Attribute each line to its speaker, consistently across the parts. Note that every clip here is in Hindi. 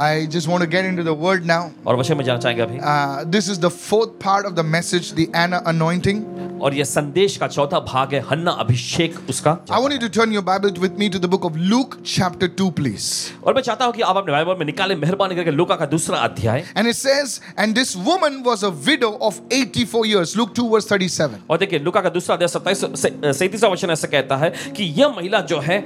Speaker 1: I just want to get into the word now.
Speaker 2: और वचन में जाना चाहेंगे अभी
Speaker 1: Uh, this is the fourth part of the message, the Anna anointing.
Speaker 2: और यह संदेश का चौथा भाग है हन्ना अभिषेक उसका
Speaker 1: I want you to turn your Bible with me to the book of Luke, chapter 2, please.
Speaker 2: और मैं चाहता हूं कि आप अपने बाइबल में निकाले मेहरबानी करके लूका का दूसरा अध्याय
Speaker 1: And it says, And this woman was a widow of 84 years. Luke 2, verse 37.
Speaker 2: और देखिए लुका का दूसरा अध्याय सत्ताईस सैतीसवा वचन ऐसा कहता है कि यह महिला जो है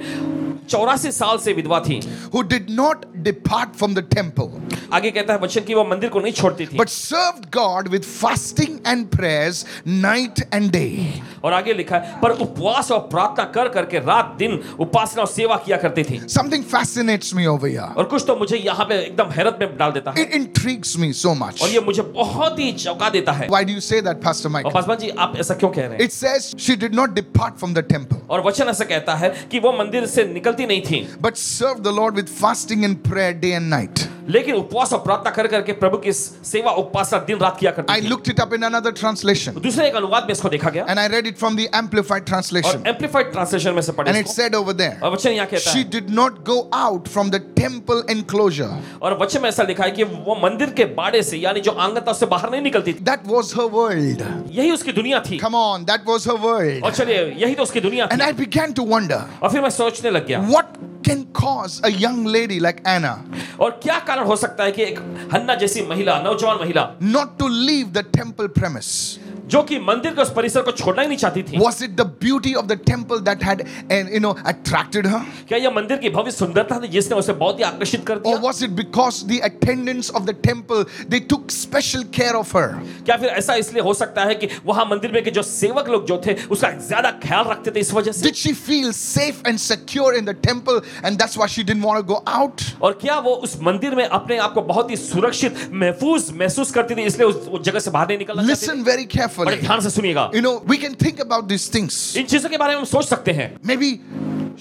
Speaker 2: चौरासी साल से विधवा थी
Speaker 1: Who did not depart from the temple,
Speaker 2: आगे कहता है वचन की वह मंदिर को नहीं छोड़ती थी
Speaker 1: but served God with fasting and prayers night and day.
Speaker 2: और आगे लिखा है पर उपवास और प्रार्थना कर करके रात दिन उपासना और सेवा किया करती थी
Speaker 1: Something fascinates me over here.
Speaker 2: और कुछ तो मुझे यहाँ पे एकदम हैरत में डाल देता है
Speaker 1: It intrigues me so much.
Speaker 2: और ये मुझे बहुत ही चौंका देता है
Speaker 1: Why do you say that, Pastor Mike?
Speaker 2: और पासवान जी आप ऐसा क्यों कह रहे हैं
Speaker 1: It says she did not depart from the temple.
Speaker 2: और वचन ऐसा कहता है कि वो मंदिर से निकलती नहीं थी
Speaker 1: but served the Lord with fasting and prayer day and night.
Speaker 2: लेकिन उपवास और प्रार्थना कर करके प्रभु की सेवा उपासना दिन रात किया
Speaker 1: I
Speaker 2: करती थी तो
Speaker 1: looked it up in another translation
Speaker 2: दूसरे एक अनुवाद में इसको देखा गया
Speaker 1: and I read it from the Amplified
Speaker 2: और
Speaker 1: translation.
Speaker 2: एम्पलीफाइड ट्रांसलेशन में से पढ़े
Speaker 1: And it
Speaker 2: इसको।
Speaker 1: said over there,
Speaker 2: और वचन यहाँ कहता
Speaker 1: she
Speaker 2: है
Speaker 1: did not go out from the temple enclosure.
Speaker 2: और वचन में ऐसा लिखा है कि वो मंदिर के बाड़े से यानी जो आंगन था उससे बाहर नहीं निकलती थी
Speaker 1: That was her world.
Speaker 2: यही उसकी दुनिया थी
Speaker 1: Come on, that was her world.
Speaker 2: और चलिए यही तो उसकी दुनिया थी
Speaker 1: And I began to wonder
Speaker 2: और फिर मैं सोचने लग गया
Speaker 1: what can cause a young lady like Anna
Speaker 2: और क्या कारण हो सकता है कि एक हन्ना जैसी महिला नौजवान महिला
Speaker 1: not to leave the temple premise?
Speaker 2: जो कि मंदिर के उस परिसर को छोड़ना ही नहीं चाहती थी
Speaker 1: Was it the beauty of the temple that had, and you know, attracted her?
Speaker 2: क्या यह मंदिर की भव्य सुंदरता थी जिसने उसे बहुत ही आकर्षित कर
Speaker 1: Or
Speaker 2: दिया
Speaker 1: was it because the attendants of the temple they took special care of her?
Speaker 2: क्या फिर ऐसा इसलिए हो सकता है कि वहां मंदिर में के जो सेवक लोग जो थे उसका ज्यादा ख्याल रखते थे इस वजह से
Speaker 1: Did she feel safe and secure in the temple and that's why she didn't want to go out?
Speaker 2: और क्या वो उस मंदिर में अपने आप को बहुत ही सुरक्षित महफूज महसूस करती थी इसलिए उस, उस जगह से बाहर नहीं निकलना चाहती थी?
Speaker 1: Listen very
Speaker 2: बड़े
Speaker 1: carefully.
Speaker 2: ध्यान से सुनिएगा
Speaker 1: You know, we can think about these things.
Speaker 2: इन चीजों के बारे में हम सोच सकते हैं
Speaker 1: Maybe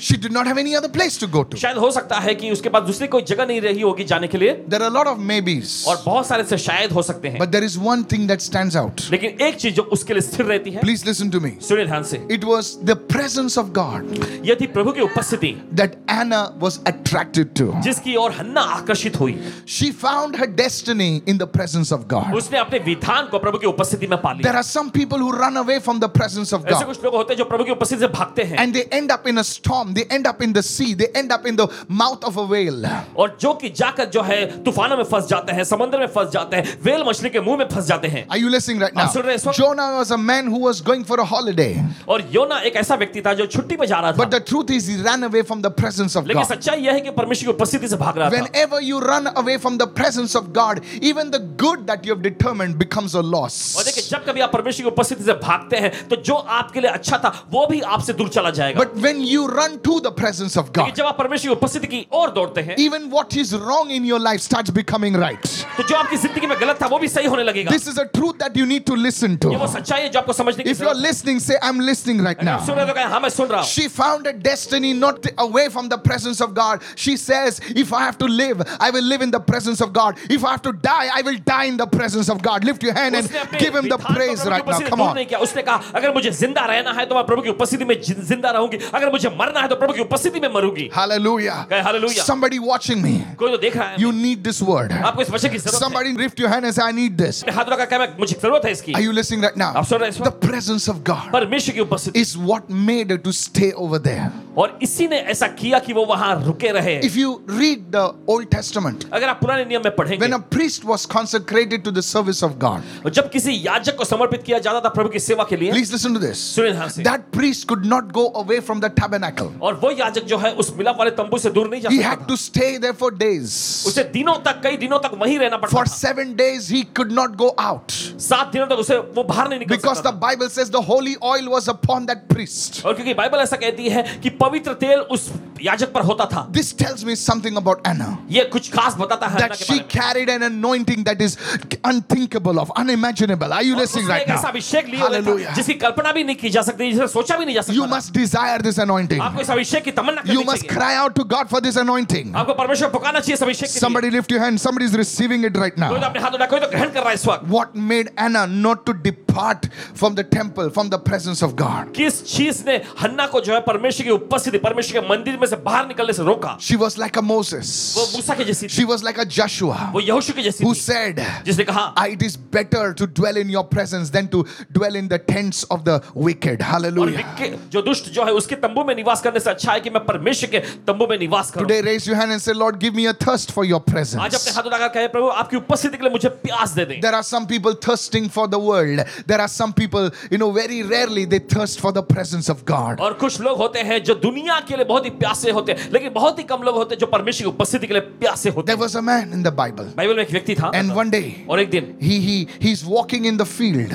Speaker 1: she did not have any other place to go to.
Speaker 2: शायद हो सकता है कि उसके पास दूसरी कोई जगह नहीं रही होगी जाने के लिए
Speaker 1: There are a lot of maybes,
Speaker 2: और बहुत सारे से शायद हो सकते हैं
Speaker 1: but there is one thing that stands out.
Speaker 2: लेकिन एक चीज जो उसके लिए स्थिर रहती है
Speaker 1: Please listen to me.
Speaker 2: सुनिए ध्यान से
Speaker 1: It was the presence of God
Speaker 2: यह थी प्रभु की उपस्थिति
Speaker 1: that Anna was attracted to.
Speaker 2: जिसकी ओर हन्ना आकर्षित हुई
Speaker 1: She found her destiny in the presence of God.
Speaker 2: उसने अपने विधान को प्रभु की उपस्थिति में पा लिया
Speaker 1: There are some people who run away from the presence of
Speaker 2: ऐसे
Speaker 1: God.
Speaker 2: कुछ लोग होते हैं जो प्रभु की उपस्थिति से भागते हैं
Speaker 1: And they end up in a storm. They end up in the sea. They end up in the mouth of a whale.
Speaker 2: और जो कि जाकर जो है तूफानों में फंस जाते हैं समंदर में फंस जाते हैं वेल मछली के मुंह में फंस जाते हैं
Speaker 1: Are you listening right now?
Speaker 2: आप सुन रहे हैं इस वक्त?
Speaker 1: Jonah was a man who was going for a holiday.
Speaker 2: और योना एक ऐसा व्यक्ति था जो छुट्टी पे जा रहा
Speaker 1: But
Speaker 2: था
Speaker 1: the truth is, he ran away from the presence of
Speaker 2: लेकिन
Speaker 1: God.
Speaker 2: सच्चाई यह है कि परमेश्वर की उपस्थिति से भाग रहा था
Speaker 1: Whenever you run away from the presence of God, even the good that you have determined becomes a
Speaker 2: और देखिए
Speaker 1: loss.
Speaker 2: जब कभी आप परमेश्वर की उपस्थिति से भागते हैं तो जो आपके लिए अच्छा था वो भी आपसे दूर चला जाएगा
Speaker 1: But when you run to the presence of
Speaker 2: कि
Speaker 1: God,
Speaker 2: जब आप परमेश्वर की उपस्थिति की ओर दौड़ते हैं
Speaker 1: even what is wrong in your life starts becoming right.
Speaker 2: तो जो आपकी जिंदगी में गलत था वो भी सही होने लगेगा
Speaker 1: This is a truth that you need to listen
Speaker 2: ये वो
Speaker 1: to.
Speaker 2: सच्चाई है जो आपको समझने की
Speaker 1: If you're
Speaker 2: जरूरत
Speaker 1: listening, say, I'm listening right
Speaker 2: है।
Speaker 1: now.
Speaker 2: आप सुन रहे हो तो कहें, हाँ मैं सुन रहा हूँ
Speaker 1: She found a destiny not away from the presence of God. She says, If I have to live, I will live in the presence of God. If I have to die, I will die in the presence of God. Lift your hand and
Speaker 2: उसने अपने
Speaker 1: give him the
Speaker 2: विधान को
Speaker 1: praise
Speaker 2: प्रभु की
Speaker 1: right now.
Speaker 2: उपस्थिति
Speaker 1: Come
Speaker 2: दूर
Speaker 1: on.
Speaker 2: नहीं किया उसने कहा अगर मुझे जिंदा रहना है तो मैं प्रभु की उपस्थिति में जिन- जिंदा रहूंगी अगर मुझे मरना है तो प्रभु की उपस्थिति में मरूंगी
Speaker 1: Hallelujah.
Speaker 2: कहे हालेलुया
Speaker 1: Somebody watching me,
Speaker 2: कोई तो देख रहा है
Speaker 1: you need this word.
Speaker 2: आपको इस वचन की जरूरत है
Speaker 1: Somebody lift your hand and say, I need this.
Speaker 2: अपने हाथ लगा कहा मैं- मुझे जरूरत है इसकी
Speaker 1: Are you listening right now?
Speaker 2: आप सुन रहे हैं इस
Speaker 1: The
Speaker 2: वक्त?
Speaker 1: presence of God
Speaker 2: परमेश्वर की उपस्थिति
Speaker 1: is what made her to stay over there.
Speaker 2: और इसी ने ऐसा किया कि वो वहां रुके रहे
Speaker 1: If you read the Old Testament,
Speaker 2: अगर आप पुराने नियम में पढ़ेंगे
Speaker 1: when a priest was consecrated to the service of God,
Speaker 2: और जब किसी याजक को समर्पित किया जाता था प्रभु की सेवा के लिए
Speaker 1: please listen to this.
Speaker 2: सुनिए ध्यान से
Speaker 1: That priest could not go away from the tabernacle.
Speaker 2: और वो याजक जो है उस मिलाप वाले तंबू से दूर नहीं जा
Speaker 1: He
Speaker 2: सकता
Speaker 1: had
Speaker 2: था।
Speaker 1: to stay there for days.
Speaker 2: उसे दिनों तक कई दिनों तक वहीं रहना पड़ता
Speaker 1: For
Speaker 2: था
Speaker 1: seven days, he could not go out
Speaker 2: सात दिनों तक उसे वो बाहर नहीं निकल
Speaker 1: because
Speaker 2: सकता
Speaker 1: the
Speaker 2: था।
Speaker 1: Bible says the holy oil was upon that priest.
Speaker 2: और क्योंकि बाइबल ऐसा कहती है कि पवित्र तेल उस याजक पर होता था
Speaker 1: This tells me something about Anna
Speaker 2: ये कुछ खास बताता है हन्ना
Speaker 1: that
Speaker 2: के
Speaker 1: she
Speaker 2: बारे में।
Speaker 1: carried an anointing that is unthinkable of, unimaginable. Are you
Speaker 2: और
Speaker 1: listening
Speaker 2: उसने
Speaker 1: right
Speaker 2: एक ऐसा
Speaker 1: now?
Speaker 2: अभिषेक लिया हुआ था
Speaker 1: Hallelujah.
Speaker 2: जिसकी कल्पना भी नहीं की जा सकती जिसे सोचा भी नहीं जा
Speaker 1: You
Speaker 2: सकता
Speaker 1: must desire this anointing.
Speaker 2: था। आपको इस अभिषेक की तमन्ना
Speaker 1: You
Speaker 2: करनी
Speaker 1: must
Speaker 2: चाहिए
Speaker 1: cry out to God for this anointing.
Speaker 2: आपको परमेश्वर को पुकारना चाहिए इस अभिषेक के लिए
Speaker 1: Somebody lift your hand. Somebody is receiving it right
Speaker 2: कोई तो
Speaker 1: now.
Speaker 2: अपने हाथ उठा कोई तो ग्रहण कर रहा है इस वक्त
Speaker 1: What made Anna not to depart from the temple, from the presence of God?
Speaker 2: किस चीज ने हन्ना को जो है परमेश्वर की उपस्थिति परमेश्वर के मंदिर में से बाहर निकलने से रोका
Speaker 1: She was like a
Speaker 2: वो
Speaker 1: Moses.
Speaker 2: मूसा के जैसी थी
Speaker 1: She was like a Joshua
Speaker 2: वो यहोशू के जैसी
Speaker 1: who
Speaker 2: थी
Speaker 1: said,
Speaker 2: जिसने कहा
Speaker 1: "I- It is better to dwell in your presence than to dwell in the tents of the wicked.
Speaker 2: और
Speaker 1: Hallelujah.
Speaker 2: विक्के- जो दुष्ट जो है उसके तंबू में निवास करने से अच्छा है कि मैं परमेश्वर के तंबू में निवास करूं
Speaker 1: Today, raise your hand and say, Lord, give me a thirst for your
Speaker 2: आज अपने
Speaker 1: presence.
Speaker 2: हाथ उठाकर कहे प्रभु आपकी उपस्थिति के लिए मुझे प्यास दे दें
Speaker 1: There are some people thirsting for the world. There are some people, you know, very rarely they thirst for the presence of God.
Speaker 2: और कुछ लोग होते हैं जो दुनिया के लिए बहुत ही प्यासे होते हैं लेकिन बहुत ही कम लोग होते हैं जो परमेश्वर की उपस्थिति के लिए प्यासे होते
Speaker 1: There
Speaker 2: हैं
Speaker 1: was a man in the Bible,
Speaker 2: Bible में एक व्यक्ति था
Speaker 1: and one day
Speaker 2: और एक दिन
Speaker 1: he he he's walking in the field,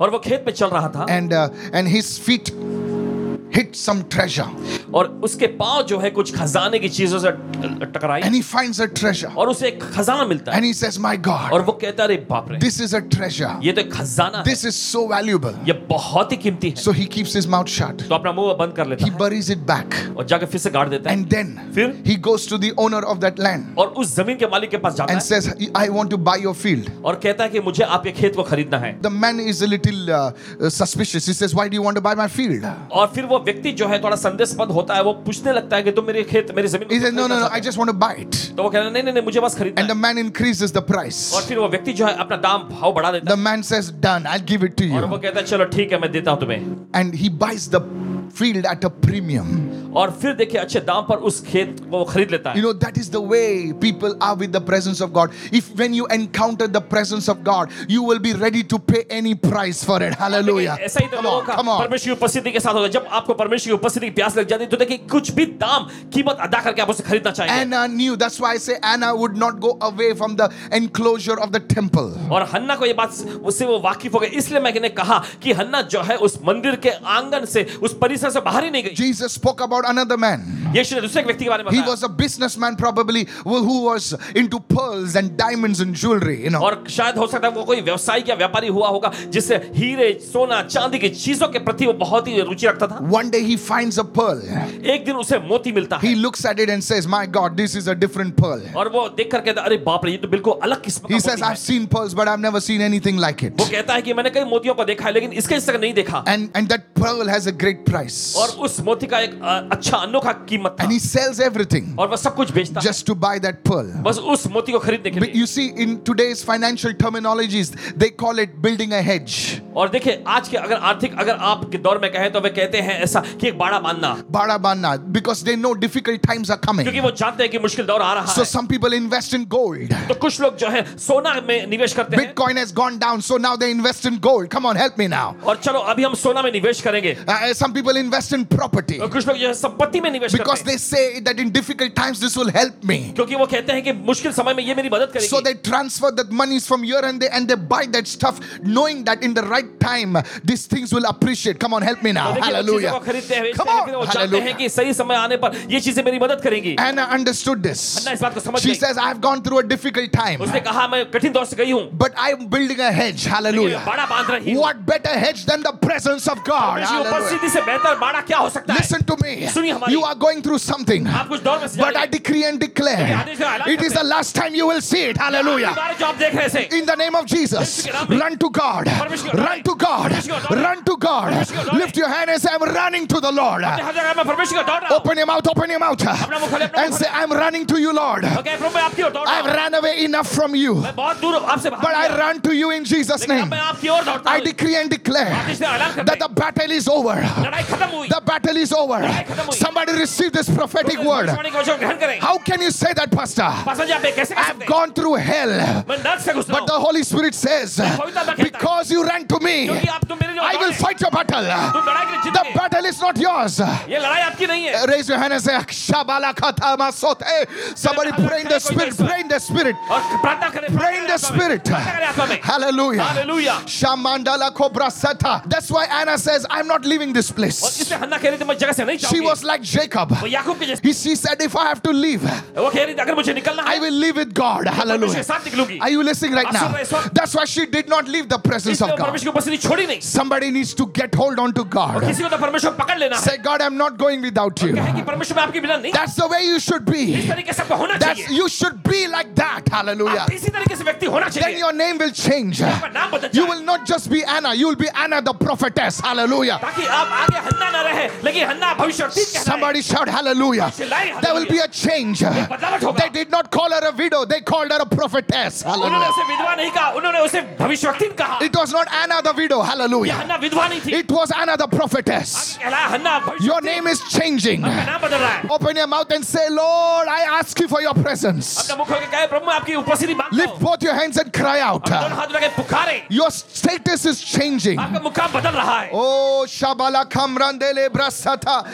Speaker 2: और वो खेत में चल रहा था
Speaker 1: and uh, and his feet hit some treasure,
Speaker 2: और उसके पांव जो है कुछ खजाने की चीजों से टकराई
Speaker 1: and he finds a treasure,
Speaker 2: और उसे एक खजाना मिलता है
Speaker 1: and he says, "My God,
Speaker 2: और वो कहता है अरे बाप रे
Speaker 1: this is a treasure.
Speaker 2: ये तो एक खजाना है
Speaker 1: This is so valuable."
Speaker 2: ये बहुत ही कीमती है
Speaker 1: So he keeps his mouth shut.
Speaker 2: तो अपना मुंह बंद कर लेता
Speaker 1: He
Speaker 2: है
Speaker 1: buries it back,
Speaker 2: और जाके फिर से गाड़ देता है
Speaker 1: and then
Speaker 2: फिर
Speaker 1: he goes to the owner of that land
Speaker 2: और उस जमीन के मालिक के पास जाता
Speaker 1: and
Speaker 2: है
Speaker 1: says, "I want to buy your field."
Speaker 2: और कहता है कि मुझे आपके खेत को खरीदना है
Speaker 1: The man is a little uh, uh, suspicious. He says, Why do you want to buy my field?
Speaker 2: और फिर वो व्यक्ति जो है थोड़ा संदेशपद होता है वो पूछने लगता है कि तुम मेरे खेत मेरी जमीन को
Speaker 1: He says,
Speaker 2: खरीदना
Speaker 1: No, no, no,
Speaker 2: चाहते
Speaker 1: I just want to buy it.
Speaker 2: हो?" तो वो कह रहा है नहीं नहीं नहीं मुझे बस खरीदना
Speaker 1: And the
Speaker 2: है
Speaker 1: man increases the
Speaker 2: और
Speaker 1: price.
Speaker 2: फिर वो व्यक्ति जो है अपना दाम भाव बढ़ा देता
Speaker 1: The man says, Done, I'll give it to
Speaker 2: है और वो
Speaker 1: you.
Speaker 2: कहता है चलो ठीक है मैं देता हूँ तुम्हें
Speaker 1: And he buys the field at a premium.
Speaker 2: और फिर देखिए अच्छे दाम पर उस खेत को वो खरीद लेता
Speaker 1: You
Speaker 2: है
Speaker 1: know, that is the way people are with the presence of God. If when you encounter the presence of God, you will be ready to pay any price for it. Hallelujah.
Speaker 2: ऐसा ही तो
Speaker 1: Come
Speaker 2: लोगों
Speaker 1: on,
Speaker 2: का
Speaker 1: come on.
Speaker 2: परमेश्वर की उपस्थिति के साथ होता है जब आपको परमेश्वर की उपस्थिति की प्यास लग जाती है तो देखिए कुछ भी दाम कीमत अदा करके आप उसे खरीदना चाहिए
Speaker 1: Anna knew. That's why I say Anna would not go away from the enclosure of the temple.
Speaker 2: और हन्ना को ये बात उससे वो वाकिफ हो गए इसलिए मैंने कहा कि हन्ना जो है उस मंदिर के आंगन से उस परिसर से बाहर ही नहीं गई
Speaker 1: Jesus spoke about another man.
Speaker 2: यीशु ने दूसरे एक व्यक्ति के बारे में
Speaker 1: He
Speaker 2: बताया
Speaker 1: was a businessman, probably, who who was into pearls and diamonds and jewelry, you know.
Speaker 2: और शायद हो सकता है वो कोई व्यवसायिक या व्यापारी हुआ होगा जिससे हीरे सोना चांदी की चीजों के प्रति वो बहुत ही रुचि रखता था
Speaker 1: One day he finds a pearl.
Speaker 2: एक दिन उसे मोती मिलता
Speaker 1: He
Speaker 2: है
Speaker 1: looks at it and says, My God, this is a different pearl.
Speaker 2: और वो देख कर कहता है, अरे बाप रे ये तो बिल्कुल अलग किस्म का
Speaker 1: He
Speaker 2: मोती
Speaker 1: says, I've
Speaker 2: है
Speaker 1: seen pearls, but I've never seen anything like it.
Speaker 2: वो कहता है कि मैंने कई मोतियों को देखा है लेकिन इसके इस तरह नहीं देखा
Speaker 1: And, and that pearl has a great price.
Speaker 2: और उस मोती का एक अ, अच्छा अनोखा कीमत
Speaker 1: And
Speaker 2: था
Speaker 1: he sells everything
Speaker 2: और वह सब कुछ बेचता है।
Speaker 1: just to buy that pearl.
Speaker 2: बस उस मोती को खरीदने के
Speaker 1: But
Speaker 2: लिए
Speaker 1: you see, in today's financial terminologies, they call it building a hedge.
Speaker 2: और देखिए आज के अगर आर्थिक अगर आप के दौर में कहें तो वे कहते हैं ऐसा कि एक बाड़ा बांधना
Speaker 1: Barabana, because they know difficult times are
Speaker 2: क्योंकि
Speaker 1: coming.
Speaker 2: वो जानते हैं कि मुश्किल दौर आ रहा
Speaker 1: So
Speaker 2: है
Speaker 1: some people invest in gold.
Speaker 2: तो कुछ लोग जो है सोना में निवेश करते हैं
Speaker 1: Bitcoin has gone down, so now they invest in gold. Come on, help me now.
Speaker 2: और चलो अभी हम सोना में निवेश करेंगे
Speaker 1: Uh, some people invest in property
Speaker 2: और कुछ लोग जो है संपत्ति में निवेश
Speaker 1: because
Speaker 2: करते हैं
Speaker 1: they say that in difficult times this will help me.
Speaker 2: क्योंकि वो कहते हैं कि मुश्किल समय में ये मेरी मदद
Speaker 1: So
Speaker 2: करेगी तो
Speaker 1: they transfer that monies from here and there and they buy that stuff knowing that in the right time these things will appreciate. Come on, help me
Speaker 2: तो
Speaker 1: now.
Speaker 2: देखिए, वो चीजों को
Speaker 1: Hallelujah.
Speaker 2: खरीदते हैं बेचते
Speaker 1: Come
Speaker 2: हैं
Speaker 1: on,
Speaker 2: फिर वो जानते हैं
Speaker 1: hallelujah.
Speaker 2: कि सही समय आने पर ये चीजें मेरी मदद करेंगी
Speaker 1: Anna understood this.
Speaker 2: अन्ना इस बात को समझ
Speaker 1: She
Speaker 2: गई
Speaker 1: says, I've gone through a difficult time,
Speaker 2: उसने कहा मैं कठिन दौर से गई हूँ
Speaker 1: but I'm बुilding a hedge. Hallelujah.
Speaker 2: बाड़ा बांध रही हूँ
Speaker 1: What better hedge than the presence of God?
Speaker 2: परमेश्वर की
Speaker 1: Hallelujah.
Speaker 2: उपस्थिति से बेहतर बाड़ा क्या हो सकता है
Speaker 1: Listen to me.
Speaker 2: सुनिए हमारी।
Speaker 1: You are going through something.
Speaker 2: आप कुछ दौर में से जा
Speaker 1: But
Speaker 2: रहे
Speaker 1: I
Speaker 2: हैं।
Speaker 1: decree and declare
Speaker 2: आदेश का ऐलान
Speaker 1: it
Speaker 2: करते
Speaker 1: is the last time you will see it.
Speaker 2: आपकी
Speaker 1: Hallelujah.
Speaker 2: बारे जो आप देख रहे थे
Speaker 1: In the name of Jesus, run to God, run to God, run to God. Lift your hand and say, I'm running to the Lord.
Speaker 2: हर जगह मैं परमेश्वर का दौड़ रहा हूँ
Speaker 1: Open your mouth, open your mouth, and say, I'm running to you, Lord.
Speaker 2: Okay प्रभु मैं आपकी ओर दौड़ रहा
Speaker 1: I've
Speaker 2: हूँ
Speaker 1: run away enough from you,
Speaker 2: मैं बहुत दूर हूँ आपसे
Speaker 1: but
Speaker 2: बाहर
Speaker 1: I
Speaker 2: हूँ।
Speaker 1: run to you in Jesus'
Speaker 2: लेकिन अब
Speaker 1: name.
Speaker 2: मैं आपकी ओर दौड़ता
Speaker 1: I
Speaker 2: हूँ
Speaker 1: decree and declare
Speaker 2: आदेश का ऐलान करते
Speaker 1: that the battle is over.
Speaker 2: हैं। लड़ाई खत्म हुई
Speaker 1: The battle is over. Somebody receive this prophetic word.
Speaker 2: भविष्यवाणी को जो ग्रहण करें
Speaker 1: How can you say that, Pastor?
Speaker 2: पासा जी आप ये कैसे कर
Speaker 1: I've
Speaker 2: सकते हैं
Speaker 1: gone through hell.
Speaker 2: मैं नर्क से गुजरा
Speaker 1: But the
Speaker 2: हूँ
Speaker 1: Holy Spirit says, Because you ran to me,
Speaker 2: क्योंकि आप तुम मेरे लिए
Speaker 1: I
Speaker 2: दौड़े
Speaker 1: will
Speaker 2: हैं।
Speaker 1: fight your battle.
Speaker 2: तुम लड़ाई के लिए
Speaker 1: The Uh,
Speaker 2: जीतोगे
Speaker 1: battle is not yours.
Speaker 2: ये लड़ाई आपकी नहीं है
Speaker 1: Raise your hand and say, "Shabala kata masote." Somebody pray in the spirit, pray in the spirit,
Speaker 2: और प्रार्थना करें
Speaker 1: pray in the spirit. uh,
Speaker 2: प्रार्थना करें आत्मा में
Speaker 1: Hallelujah.
Speaker 2: Hallelujah
Speaker 1: Shamandala kobra seta. That's why Anna says, I'm I'm not leaving this
Speaker 2: और
Speaker 1: place.
Speaker 2: इससे हन्ना कह रही थी मैं इस जगह से नहीं
Speaker 1: She
Speaker 2: जाऊंगी
Speaker 1: was like Jacob.
Speaker 2: वो याकूब के जैसे
Speaker 1: He, she said, If I have to leave,
Speaker 2: वो कह रही थी अगर मुझे निकलना
Speaker 1: I
Speaker 2: है
Speaker 1: will live with God.
Speaker 2: मैं उसके
Speaker 1: Hallelujah.
Speaker 2: साथ निकलूंगी
Speaker 1: Are you listening right now?
Speaker 2: Asura is what-
Speaker 1: That's why she did not leave the presence
Speaker 2: इसलिए
Speaker 1: of
Speaker 2: वो
Speaker 1: God.
Speaker 2: परमेश्वर की उपस्थिति छोड़ी नहीं
Speaker 1: Somebody needs to get hold on to God.
Speaker 2: किसी को तो परमेश्वर पकड़ लेना है
Speaker 1: Say, God, I'm not going without you.
Speaker 2: कहे कि परमेश्वर मैं आपके बिना नहीं
Speaker 1: That's the way you should
Speaker 2: इस
Speaker 1: be.
Speaker 2: तरीके से आपको होना
Speaker 1: That's
Speaker 2: चाहिए
Speaker 1: you should be like that. Hallelujah.
Speaker 2: आप इसी तरीके से व्यक्ति होना
Speaker 1: Then
Speaker 2: चाहिए
Speaker 1: your name will change.
Speaker 2: आपका नाम बदल
Speaker 1: You
Speaker 2: जाए।
Speaker 1: will not just be Anna, you will be Anna the prophetess. Hallelujah.
Speaker 2: ताकि आप आगे हन्ना ना रहे लेकिन हन्ना भविष्य
Speaker 1: Somebody shout hallelujah. There will be a change. They did not call her a widow, they called her a prophetess.
Speaker 2: उन्होंने
Speaker 1: Hallelujah.
Speaker 2: उसे विधवा नहीं कहा उन्होंने उसे भविष्यवक्ति कहा
Speaker 1: It was not Anna the widow.
Speaker 2: यह
Speaker 1: Hallelujah.
Speaker 2: हन्ना विधवा नहीं थी
Speaker 1: It was Anna the prophetess.
Speaker 2: आगे कहलाया हन्ना
Speaker 1: Your
Speaker 2: भविष्यवक्ता।
Speaker 1: name is changing.
Speaker 2: आपका नाम बदल रहा है
Speaker 1: Open your mouth and say, Lord, I ask you for your presence.
Speaker 2: अपना मुख खोल के कहे प्रभु मैं आपकी उपस्थिति मांगता
Speaker 1: Lift
Speaker 2: हूँ
Speaker 1: both your hands and cry out.
Speaker 2: अपने दोनों हाथ लगा के पुकारे
Speaker 1: Your status is changing.
Speaker 2: आपका मुकाम बदल रहा है
Speaker 1: Oh, Shabala Kamrandele Brasata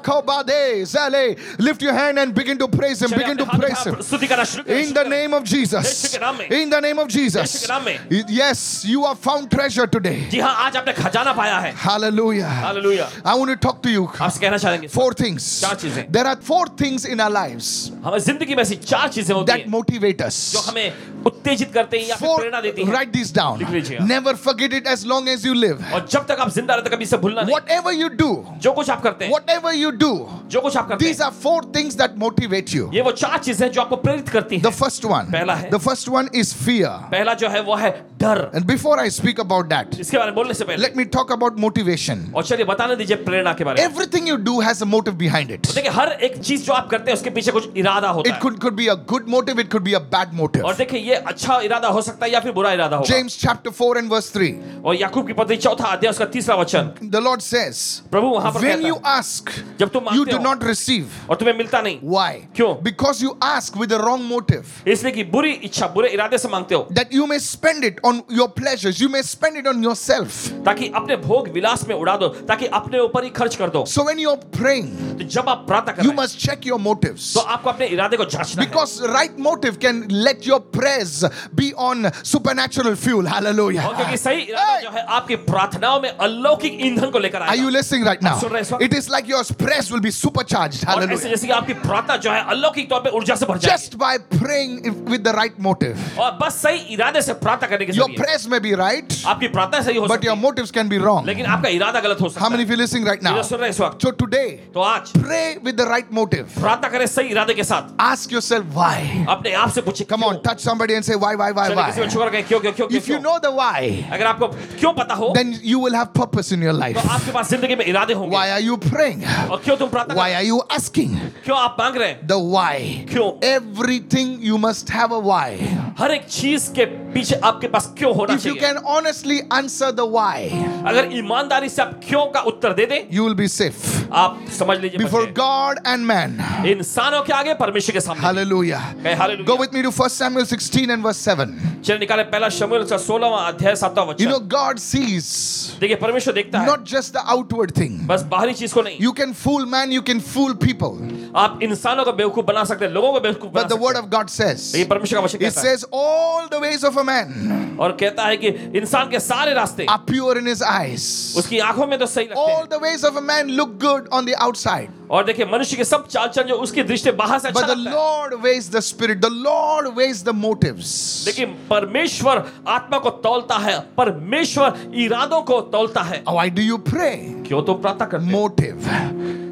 Speaker 1: Brakobade Zale. Lift your hand and begin to praise Him.
Speaker 2: चलिए
Speaker 1: Begin to
Speaker 2: अपने हाथ
Speaker 1: praise
Speaker 2: उठा,
Speaker 1: Him.
Speaker 2: स्तुति करना शुरू करें,
Speaker 1: In the
Speaker 2: शुरू करें।
Speaker 1: name of Jesus.
Speaker 2: के नाम में।
Speaker 1: In the name of Jesus.
Speaker 2: के नाम में।
Speaker 1: Yes, you have found treasure today.
Speaker 2: जी हाँ आज आपने खजाना पाया है
Speaker 1: Hallelujah.
Speaker 2: Hallelujah
Speaker 1: I want to talk to you.
Speaker 2: आपसे कहना चाहेंगे
Speaker 1: Four things.
Speaker 2: चार चीजें।
Speaker 1: There are four things in our lives
Speaker 2: हमारी जिंदगी में ऐसी चार चीजें होती
Speaker 1: that
Speaker 2: हैं
Speaker 1: motivate
Speaker 2: जो
Speaker 1: us.
Speaker 2: हमें उत्तेजित करते हैं या फिर
Speaker 1: Four,
Speaker 2: प्रेरणा देती हैं
Speaker 1: write these down.
Speaker 2: लिख लीजिए आप।
Speaker 1: Never forget it as long as you live.
Speaker 2: और जब तक आप जिंदा रहते कभी इसे भूलना नहीं
Speaker 1: Whatever you do,
Speaker 2: जो कुछ आप करते हैं
Speaker 1: whatever you do,
Speaker 2: जो कुछ आप करते
Speaker 1: these
Speaker 2: हैं
Speaker 1: are four things that motivate you.
Speaker 2: ये वो चार चीजें हैं जो आपको प्रेरित करती
Speaker 1: The
Speaker 2: हैं
Speaker 1: first one.
Speaker 2: पहला है।
Speaker 1: The first one is fear.
Speaker 2: पहला जो है वो है डर
Speaker 1: And before I speak about that,
Speaker 2: इसके बारे में बोलने से पहले
Speaker 1: let me talk about motivation.
Speaker 2: और चलिए बताने दीजिए प्रेरणा के बारे में
Speaker 1: Everything you do has a motive behind it.
Speaker 2: तो देखिए हर एक चीज जो आप करते हैं उसके पीछे कुछ इरादा होता
Speaker 1: It
Speaker 2: है
Speaker 1: could, could be a good motive, it could be a bad motive.
Speaker 2: और देखिए ये अच्छा इरादा हो सकता है या फिर बुरा इरादा होगा
Speaker 1: James chapter 4 and verse 3.
Speaker 2: और याकूब की पत्री चौथा अध्याय उसका तीसरा वचन
Speaker 1: The Lord says,
Speaker 2: प्रभु वहां पर
Speaker 1: When
Speaker 2: कहता
Speaker 1: you
Speaker 2: है,
Speaker 1: ask,
Speaker 2: जब तुम
Speaker 1: you
Speaker 2: मांगते
Speaker 1: do
Speaker 2: हो
Speaker 1: not receive.
Speaker 2: और तुम्हें मिलता नहीं
Speaker 1: Why?
Speaker 2: क्यों?
Speaker 1: Because you ask with the wrong motive.
Speaker 2: इसलिए कि बुरी इच्छा बुरे इरादे से मांगते हो
Speaker 1: That you may spend it on your pleasures, you may spend it on yourself.
Speaker 2: ताकि अपने भोग विलास में उड़ा दो ताकि अपने ऊपर ही खर्च कर दो
Speaker 1: So when you're praying,
Speaker 2: तो जब आप प्रार्थना कर
Speaker 1: you
Speaker 2: रहे हैं,
Speaker 1: must check your motives.
Speaker 2: तो आपको अपने इरादे को जांचना है
Speaker 1: Because right motive can let your prayers be on supernatural fuel.
Speaker 2: और क्योंकि
Speaker 1: Hallelujah.
Speaker 2: सही इरादा जो है आपकी प्रार्थनाओं में अलौकिक ईंधन को लेकर
Speaker 1: Are you
Speaker 2: आएगा
Speaker 1: listening right now?
Speaker 2: सुन रहे हैं इस वक्त?
Speaker 1: It is like your prayers will be supercharged.
Speaker 2: और ऐसे
Speaker 1: Hallelujah.
Speaker 2: जैसे कि आपकी प्रार्थना जो है अलौकिक तौर पे ऊर्जा से भर जाएगी
Speaker 1: Just by praying if- with the right motive,
Speaker 2: और बस सही इरादे से प्रार्थना करने के
Speaker 1: your
Speaker 2: जरिए
Speaker 1: prayers may be right,
Speaker 2: आपकी प्रार्थना सही हो
Speaker 1: but
Speaker 2: सकती
Speaker 1: your
Speaker 2: है
Speaker 1: motives can be wrong.
Speaker 2: लेकिन आपका इरादा गलत हो
Speaker 1: How
Speaker 2: सकता
Speaker 1: many of
Speaker 2: है
Speaker 1: you listening right
Speaker 2: ये
Speaker 1: now?
Speaker 2: जो सुन रहे हैं इस वक्त
Speaker 1: So today,
Speaker 2: तो आज
Speaker 1: pray with the right motive.
Speaker 2: प्रार्थना करें सही इरादे के साथ
Speaker 1: Ask yourself why.
Speaker 2: अपने आप से पूछे
Speaker 1: Come on, touch somebody and say why, why, why,
Speaker 2: किसी को
Speaker 1: why.
Speaker 2: छुकर गए क्यों क्यों क्यों
Speaker 1: If you
Speaker 2: क्यों
Speaker 1: know the why,
Speaker 2: अगर आपको क्यों पता हो
Speaker 1: then you will have purpose in your life.
Speaker 2: तो आपके पास जिंदगी में इरादे होंगे
Speaker 1: Why are you praying?
Speaker 2: और क्यों तुम प्रार्थना
Speaker 1: Why
Speaker 2: कर-
Speaker 1: are you asking?
Speaker 2: क्यों आप मांग रहे हैं
Speaker 1: The why.
Speaker 2: क्यों
Speaker 1: Everything you must have a why.
Speaker 2: हर एक चीज के पीछे आपके पास क्यों होना
Speaker 1: If you
Speaker 2: चाहिए
Speaker 1: can honestly answer the why,
Speaker 2: अगर ईमानदारी से आप क्यों का उत्तर दे दें
Speaker 1: you will be safe
Speaker 2: आप समझ लीजिए
Speaker 1: before
Speaker 2: बच्चे,
Speaker 1: God and man.
Speaker 2: इंसानों के आगे परमेश्वर के सामने
Speaker 1: Hallelujah.
Speaker 2: कहे
Speaker 1: Go
Speaker 2: hallelujah
Speaker 1: with me to 1 Samuel 16 and verse 7.
Speaker 2: चलिए निकाले पहला शमूएल का 16वां अध्याय 7वां
Speaker 1: You know,
Speaker 2: वचन
Speaker 1: God sees
Speaker 2: देखिए परमेश्वर देखता है
Speaker 1: not just the outward thing.
Speaker 2: बस बाहरी चीज को नहीं
Speaker 1: You can fool man, you can fool people.
Speaker 2: आप इंसानों को बेवकूफ बना सकते हैं लोगों को बेवकूफ बना
Speaker 1: But the
Speaker 2: सकते
Speaker 1: word of God
Speaker 2: हैं ये
Speaker 1: says,
Speaker 2: परमेश्वर का वचन
Speaker 1: it
Speaker 2: कहता है
Speaker 1: says, all the ways of a man
Speaker 2: और कहता है कि इंसान के सारे रास्ते
Speaker 1: are pure in his eyes.
Speaker 2: उसकी आंखों में तो सही लगते
Speaker 1: All
Speaker 2: हैं
Speaker 1: the ways of a man look good on the outside.
Speaker 2: और देखिए मनुष्य के सब चाल चलन जो उसकी दृष्टि बाहर से अच्छा
Speaker 1: But the
Speaker 2: लगता है
Speaker 1: Lord weighs the spirit. The Lord weighs the motives.
Speaker 2: लेकिन परमेश्वर आत्मा को तौलता है परमेश्वर इरादों को तौलता है
Speaker 1: Why do you pray?
Speaker 2: क्यों तुम प्रार्थना करते हो
Speaker 1: Motive.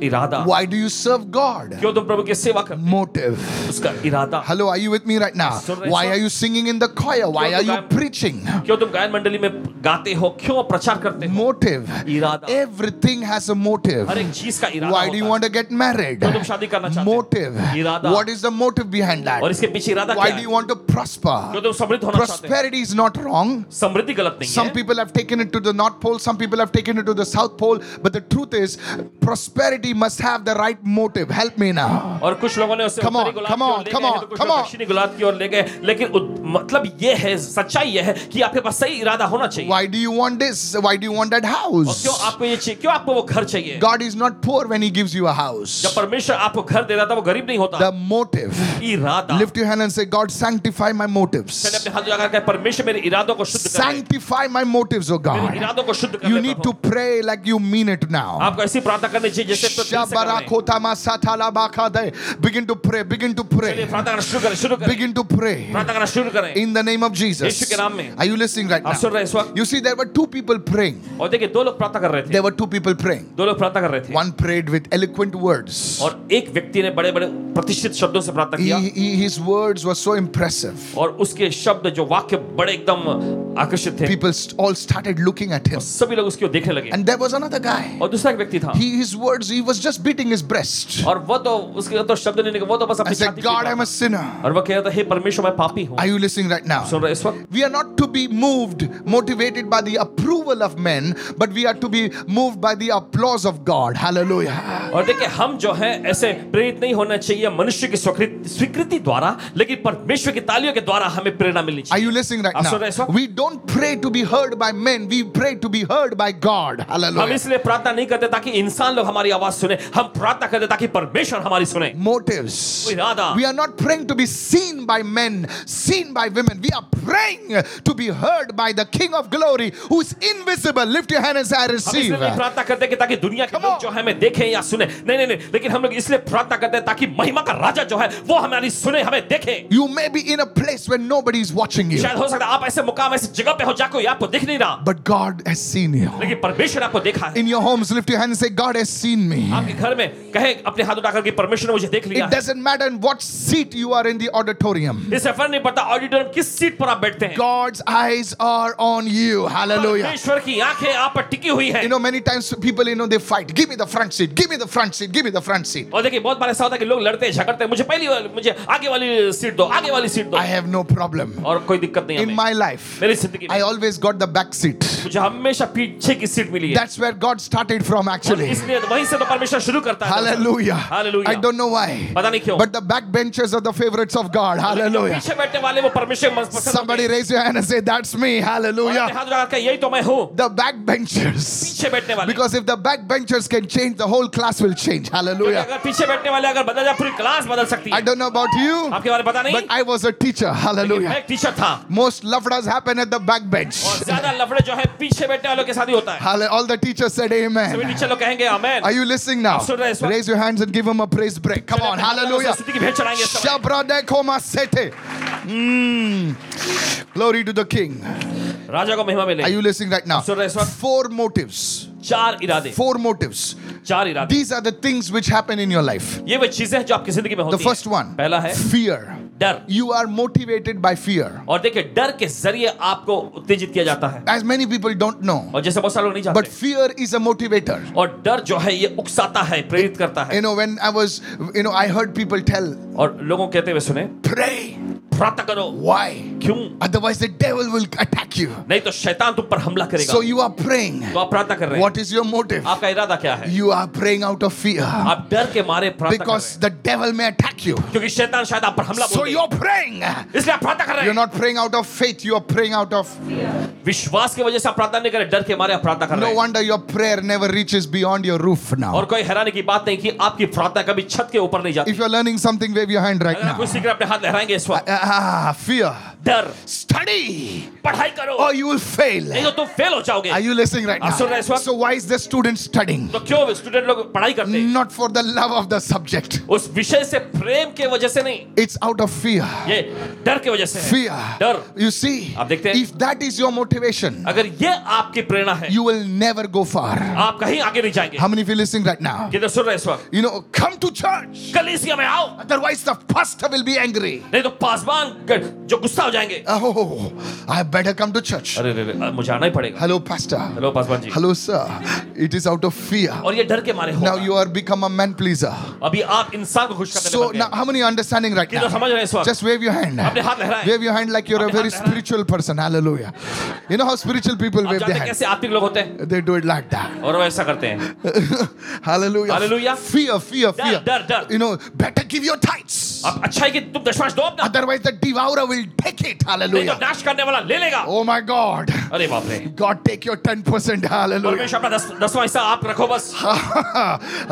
Speaker 2: इरादा
Speaker 1: Why do you serve God?
Speaker 2: क्यों तुम प्रभु की सेवा करते
Speaker 1: Motive.
Speaker 2: हो उसका इरादा
Speaker 1: Hello, are you with me right now? Why are you singing in the choir? Why are you preaching?
Speaker 2: क्यों तुम गायन मंडली में गाते हो क्यों प्रचार करते हो
Speaker 1: Motive.
Speaker 2: इरादा
Speaker 1: Everything has a motive.
Speaker 2: हर एक चीज का इरादा
Speaker 1: eh, Why do you
Speaker 2: होता
Speaker 1: want to get married?
Speaker 2: है क्यों तुम शादी करना चाहते
Speaker 1: Motive.
Speaker 2: हो इरादा
Speaker 1: What is the motive behind
Speaker 2: और
Speaker 1: that?
Speaker 2: इसके पीछे इरादा
Speaker 1: Why
Speaker 2: क्या
Speaker 1: do
Speaker 2: है
Speaker 1: you want to prosper?
Speaker 2: क्यों तुम समृद्ध होना चाहते हो
Speaker 1: Prosperity is not wrong.
Speaker 2: समृद्धि गलत नहीं
Speaker 1: Some
Speaker 2: है
Speaker 1: people have taken it to the North Pole, some people have taken it to the South Pole, but the truth is, prosperity must have the right motive. Help me now.
Speaker 2: और कुछ लोगों ने उसे
Speaker 1: Come
Speaker 2: उत्तरी
Speaker 1: on,
Speaker 2: gulab
Speaker 1: come on, come on, come on.
Speaker 2: की ओर ले गए तो कुछ लोग दक्षिणी गुलाब की ओर ले गए लेकिन उद- मतलब ये है सच्चाई ये है कि आपके पास सही इरादा होना चाहिए
Speaker 1: Why do you want this? Why do you want that
Speaker 2: और क्यों
Speaker 1: house?
Speaker 2: आपको ये चाहिए क्यों आपको वो घर चाहिए
Speaker 1: God is not poor when He gives you a house.
Speaker 2: जब परमेश्वर आपको घर दे रहा था वो गरीब नहीं होता
Speaker 1: The motive.
Speaker 2: इरादा
Speaker 1: Lift your hand and say, God, sanctify my
Speaker 2: मैंने
Speaker 1: motives.
Speaker 2: अपने हाथ लगाकर कहा परमेश्वर मेरे इरादों को शुद्ध कर दे।
Speaker 1: Sanctify my motives, oh
Speaker 2: मेरे
Speaker 1: God.
Speaker 2: इरादों को शुद्ध कर
Speaker 1: You
Speaker 2: they
Speaker 1: need to
Speaker 2: Prabhu.
Speaker 1: pray like you mean it now.
Speaker 2: आपको ऐसी प्रार्थना करनी चाहिए जैसे तो दिल से कर रहे हैं।
Speaker 1: Shabarakotamasatalabakade. Begin to pray, begin to
Speaker 2: चलिए
Speaker 1: pray,
Speaker 2: प्रार्थना करना शुरू करें शुरू करें
Speaker 1: begin to pray.
Speaker 2: प्रार्थना करना शुरू करें
Speaker 1: In the name of
Speaker 2: Yeshu
Speaker 1: Jesus.
Speaker 2: के नाम में।
Speaker 1: Are you listening right
Speaker 2: आप सुन
Speaker 1: now?
Speaker 2: रहे हैं इस वक्त
Speaker 1: You see, there were two people praying.
Speaker 2: और देखिए दो लोग प्रार्थना कर रहे थे
Speaker 1: There were two people praying.
Speaker 2: दो लोग प्रार्थना कर रहे थे
Speaker 1: One prayed with eloquent words.
Speaker 2: और एक व्यक्ति ने बड़े बड़े प्रतिष्ठित शब्दों से प्रार्थना किया
Speaker 1: He- he- his words were so impressive.
Speaker 2: और उसके शब्द जो वाक्य बड़े एकदम आकर्षित थे
Speaker 1: People st- all started looking at him.
Speaker 2: सभी लोग उसकी ओर देखने लगे
Speaker 1: And there was another guy.
Speaker 2: और दूसरा एक व्यक्ति था
Speaker 1: He, his words, he was just beating his breast.
Speaker 2: और वो तो उसके तो शब्द नहीं निकले वो तो बस
Speaker 1: I
Speaker 2: अपनी
Speaker 1: said,
Speaker 2: छाती पीट
Speaker 1: God,
Speaker 2: रहा
Speaker 1: I'm a sinner.
Speaker 2: था। और वो कह रहा था हे परमेश्वर मैं पापी हूँ
Speaker 1: Are you listening right now?
Speaker 2: सुन रहे इस वक्त
Speaker 1: We are not to be moved, motivated by the approval of men, but we are to be moved by the applause of God. Hallelujah.
Speaker 2: और देखिए हम जो है ऐसे प्रेरित नहीं होना चाहिए मनुष्य की स्वीकृति स्वीकृति द्वारा लेकिन परमेश्वर की तालियों के द्वारा हमें प्रेरणा मिलनी
Speaker 1: Are
Speaker 2: चाहिए
Speaker 1: you listening right
Speaker 2: आप सुन रहे हैं इस
Speaker 1: now?
Speaker 2: वक्त?
Speaker 1: We don't pray to be heard by men, we pray to be heard by God.
Speaker 2: हम
Speaker 1: Hallelujah.
Speaker 2: इसलिए प्रार्थना नहीं करते ताकि इंसान लोग हमारी आवाज सुने हम प्रार्थना करते ताकि परमेश्वर हमारी सुने
Speaker 1: Motives.
Speaker 2: इरादा।
Speaker 1: We are not praying to be seen by men, seen by women. We are praying to be heard by the King of Glory who is invisible. Lift your hand and say, I
Speaker 2: हम इसलिए
Speaker 1: receive.
Speaker 2: नहीं प्रार्थना करते कि ताकि दुनिया के
Speaker 1: Come
Speaker 2: लोग
Speaker 1: on.
Speaker 2: जो है हमें देखें या सुने नहीं नहीं नहीं लेकिन हम लोग इसलिए प्रार्थना करते हैं ताकि महिमा का राजा जो है वो हमारी सुने हमें देखे
Speaker 1: You may be in a place where nobody is watching you,
Speaker 2: शायद हो सकता है आप ऐसे मुकाम ऐसी जगह पे हो जा कोई आपको दिख नहीं रहा
Speaker 1: but God has seen you.
Speaker 2: लेकिन परमेश्वर ने आपको देखा है
Speaker 1: In your homes, lift your hand and say, God has seen me.
Speaker 2: आपके घर में कहे अपने हाथ उठाकर कि परमेश्वर ने मुझे देख लिया
Speaker 1: It
Speaker 2: है
Speaker 1: doesn't matter in what seat you are in the auditorium.
Speaker 2: इसे फर्क नहीं पड़ता ऑडिटोरियम किस सीट पर आप बैठते हैं
Speaker 1: God's eyes are on you. Hallelujah.
Speaker 2: परमेश्वर की आंखें आप पर टिकी हुई है
Speaker 1: You know, many times people, you know, they fight. Give me the front seat. Give me the front seat. Give me the front seat.
Speaker 2: और देखिए बहुत बार ऐसा होता है कि लोग लड़ते हैं झगड़ते हैं मुझे पहली वाली मुझे आगे वाली सीट दो आगे वाली सीट दो
Speaker 1: I have no problem.
Speaker 2: और कोई दिक्कत नहीं
Speaker 1: In
Speaker 2: हमें
Speaker 1: my life,
Speaker 2: मेरी जिंदगी में
Speaker 1: I always got the back seat.
Speaker 2: मुझे हमेशा पीछे की सीट मिली है
Speaker 1: That's where God started from,
Speaker 2: और
Speaker 1: actually.
Speaker 2: इसलिए वहीं से तो परमेश्वर शुरू करता है
Speaker 1: Hallelujah.
Speaker 2: Hallelujah.
Speaker 1: I don't know why.
Speaker 2: पता नहीं क्यों
Speaker 1: But the backbenchers are the favorites of God. Hallelujah.
Speaker 2: पीछे बैठने वाले वो परमेश्वर के मनपसंद होते
Speaker 1: Somebody
Speaker 2: हैं।
Speaker 1: raise your hand and say, That's me.
Speaker 2: और अपने
Speaker 1: Hallelujah.
Speaker 2: हाथ उठाकर कहा, यही तो मैं हूँ
Speaker 1: The backbenchers.
Speaker 2: पीछे बैठने वाले
Speaker 1: Because if the backbenchers can change, the whole class will change.
Speaker 2: क्योंकि
Speaker 1: Hallelujah.
Speaker 2: अगर पीछे बैठने वाले अगर बदल जाए पूरी क्लास बदल सकती है
Speaker 1: I don't know about you,
Speaker 2: आपके बारे में पता नहीं
Speaker 1: but I was a teacher.
Speaker 2: लेकिन मैं
Speaker 1: Hallelujah.
Speaker 2: एक टीचर था
Speaker 1: Most lafdas happen at the back bench.
Speaker 2: और ज्यादा लफड़े जो है पीछे बैठने वालों के साथ ही होता है
Speaker 1: Halle- All the teachers said
Speaker 2: सभी
Speaker 1: amen.
Speaker 2: टीचर लोग कहेंगे amen
Speaker 1: Are you listening now?
Speaker 2: आप सुन रहे हैं इस वक्त?
Speaker 1: Raise your hands and give them a praise break. Come on. Hallelujah.
Speaker 2: स्तुति की भेंट चढ़ाएंगे इस समय।
Speaker 1: Shabradekomasete. Mm. Glory to the King.
Speaker 2: राजा को महिमा
Speaker 1: Are
Speaker 2: मिले
Speaker 1: you listening right now?
Speaker 2: सुन रहे हैं इस वक्त?
Speaker 1: Four motives.
Speaker 2: चार इरादे
Speaker 1: Four motives.
Speaker 2: चार इरादे
Speaker 1: These are the things which happen in your life.
Speaker 2: ये वो चीजें हैं जो आपकी जिंदगी
Speaker 1: The
Speaker 2: में होती हैं।
Speaker 1: first one
Speaker 2: पहला है
Speaker 1: fear.
Speaker 2: डर
Speaker 1: You are motivated by fear.
Speaker 2: और देखिए डर के जरिए आपको उत्तेजित किया जाता है
Speaker 1: As many people don't know,
Speaker 2: और जैसे बहुत सारे लोग नहीं
Speaker 1: but
Speaker 2: जानते
Speaker 1: fear is a motivator.
Speaker 2: और डर जो है ये उकसाता है प्रेरित करता है
Speaker 1: You know, when I was, you know, I heard people tell,
Speaker 2: और लोगों कहते हुए सुने
Speaker 1: pray.
Speaker 2: प्रार्थना करो
Speaker 1: Why?
Speaker 2: क्यों
Speaker 1: Otherwise, the devil will attack you.
Speaker 2: नहीं तो शैतान तुम पर हमला करेगा
Speaker 1: So you are praying. Ah.
Speaker 2: तो आप प्रार्थना कर रहे हैं
Speaker 1: What is your motive?
Speaker 2: आपका इरादा क्या है
Speaker 1: You are praying out of fear
Speaker 2: आप डर के मारे प्रार्थना कर रहे
Speaker 1: because the devil may attack you.
Speaker 2: हैं क्योंकि शैतान शायद आप पर हमला
Speaker 1: So
Speaker 2: बोल दे
Speaker 1: you're praying.
Speaker 2: इसलिए आप प्रार्थना कर रहे
Speaker 1: You're
Speaker 2: हैं
Speaker 1: not praying out of faith, you are praying out of.
Speaker 2: विश्वास की वजह से आप प्रार्थना नहीं कर रहे डर के मारे आप प्रार्थना कर
Speaker 1: No
Speaker 2: रहे हैं
Speaker 1: wonder your prayer never reaches beyond your roof
Speaker 2: और
Speaker 1: now.
Speaker 2: कोई हैरानी की बात नहीं कि आपकी प्रार्थना कभी छत के ऊपर नहीं जाती
Speaker 1: If you're learning something, wave your hand right
Speaker 2: अगर आप
Speaker 1: now.
Speaker 2: कुछ सीख रहे हैं, अपने हाथ लहराएंगे इस वक्त
Speaker 1: Ah, fear.
Speaker 2: डर
Speaker 1: Study
Speaker 2: पढ़ाई करो
Speaker 1: or you will
Speaker 2: नहीं
Speaker 1: fail.
Speaker 2: तो तुम फेल हो जाओगे
Speaker 1: Are you listening right
Speaker 2: आप सुन रहे
Speaker 1: now?
Speaker 2: हैं इस वक्त?
Speaker 1: Ah, So why is the student studying?
Speaker 2: तो क्यों स्टूडेंट लोग पढ़ाई करते हैं
Speaker 1: Not for the love of the subject.
Speaker 2: उस विषय से प्रेम के वजह से नहीं
Speaker 1: It's out of fear.
Speaker 2: ये डर की वजह से है।
Speaker 1: Fear.
Speaker 2: डर
Speaker 1: You see,
Speaker 2: आप देखते हैं?
Speaker 1: if that is your motivation,
Speaker 2: अगर ये आपकी प्रेरणा है
Speaker 1: you will never go far.
Speaker 2: आप कहीं आगे नहीं जाएंगे
Speaker 1: How many of you listening right now?
Speaker 2: किधर सुन रहे हैं इस वक्त
Speaker 1: You know, come to church.
Speaker 2: कलीसिया में आओ
Speaker 1: Otherwise, the pastor will be angry.
Speaker 2: नहीं तो पासवान ग- जो गुस्सा हो जाएंगे
Speaker 1: Oh, I better come to church.
Speaker 2: अरे अरे अरे, मुझे आना ही पड़ेगा
Speaker 1: Hello, pastor.
Speaker 2: Hello Paswan ji
Speaker 1: Hello, sir. It is out of fear.
Speaker 2: और ये डर के मारे
Speaker 1: Now
Speaker 2: हो
Speaker 1: you are become a man pleaser.
Speaker 2: अभी आप इंसान को खुश करने
Speaker 1: So
Speaker 2: so,
Speaker 1: now, how many are understanding right
Speaker 2: किधर
Speaker 1: now?
Speaker 2: समझ रहे हैं इस वक्त
Speaker 1: Just wave your hand.
Speaker 2: अपने हाथ लहराएं
Speaker 1: Wave your hand like you're a
Speaker 2: अपने
Speaker 1: very
Speaker 2: हाथ लहराएं।
Speaker 1: spiritual person. Hallelujah. You know how spiritual people
Speaker 2: आप
Speaker 1: wave their
Speaker 2: जानते हैं
Speaker 1: hand?
Speaker 2: कैसे आत्मिक लोग होते हैं
Speaker 1: They do it like that.
Speaker 2: और वो ऐसा करते हैं
Speaker 1: Hallelujah.
Speaker 2: Hallelujah.
Speaker 1: Fear, fear,
Speaker 2: Dar,
Speaker 1: fear.
Speaker 2: dar, dar.
Speaker 1: You know, better give your tithes.
Speaker 2: आप अच्छा है कि तुम दशमांश दो अपना
Speaker 1: Otherwise, the devourer will take it.
Speaker 2: नहीं तो
Speaker 1: Hallelujah.
Speaker 2: नाश करने वाला ले लेगा
Speaker 1: Oh my God.
Speaker 2: अरे बाप रे
Speaker 1: God, take your 10%. Hallelujah.
Speaker 2: परमेश्वर अपना दस, दसवां हिस्सा आप रखो बस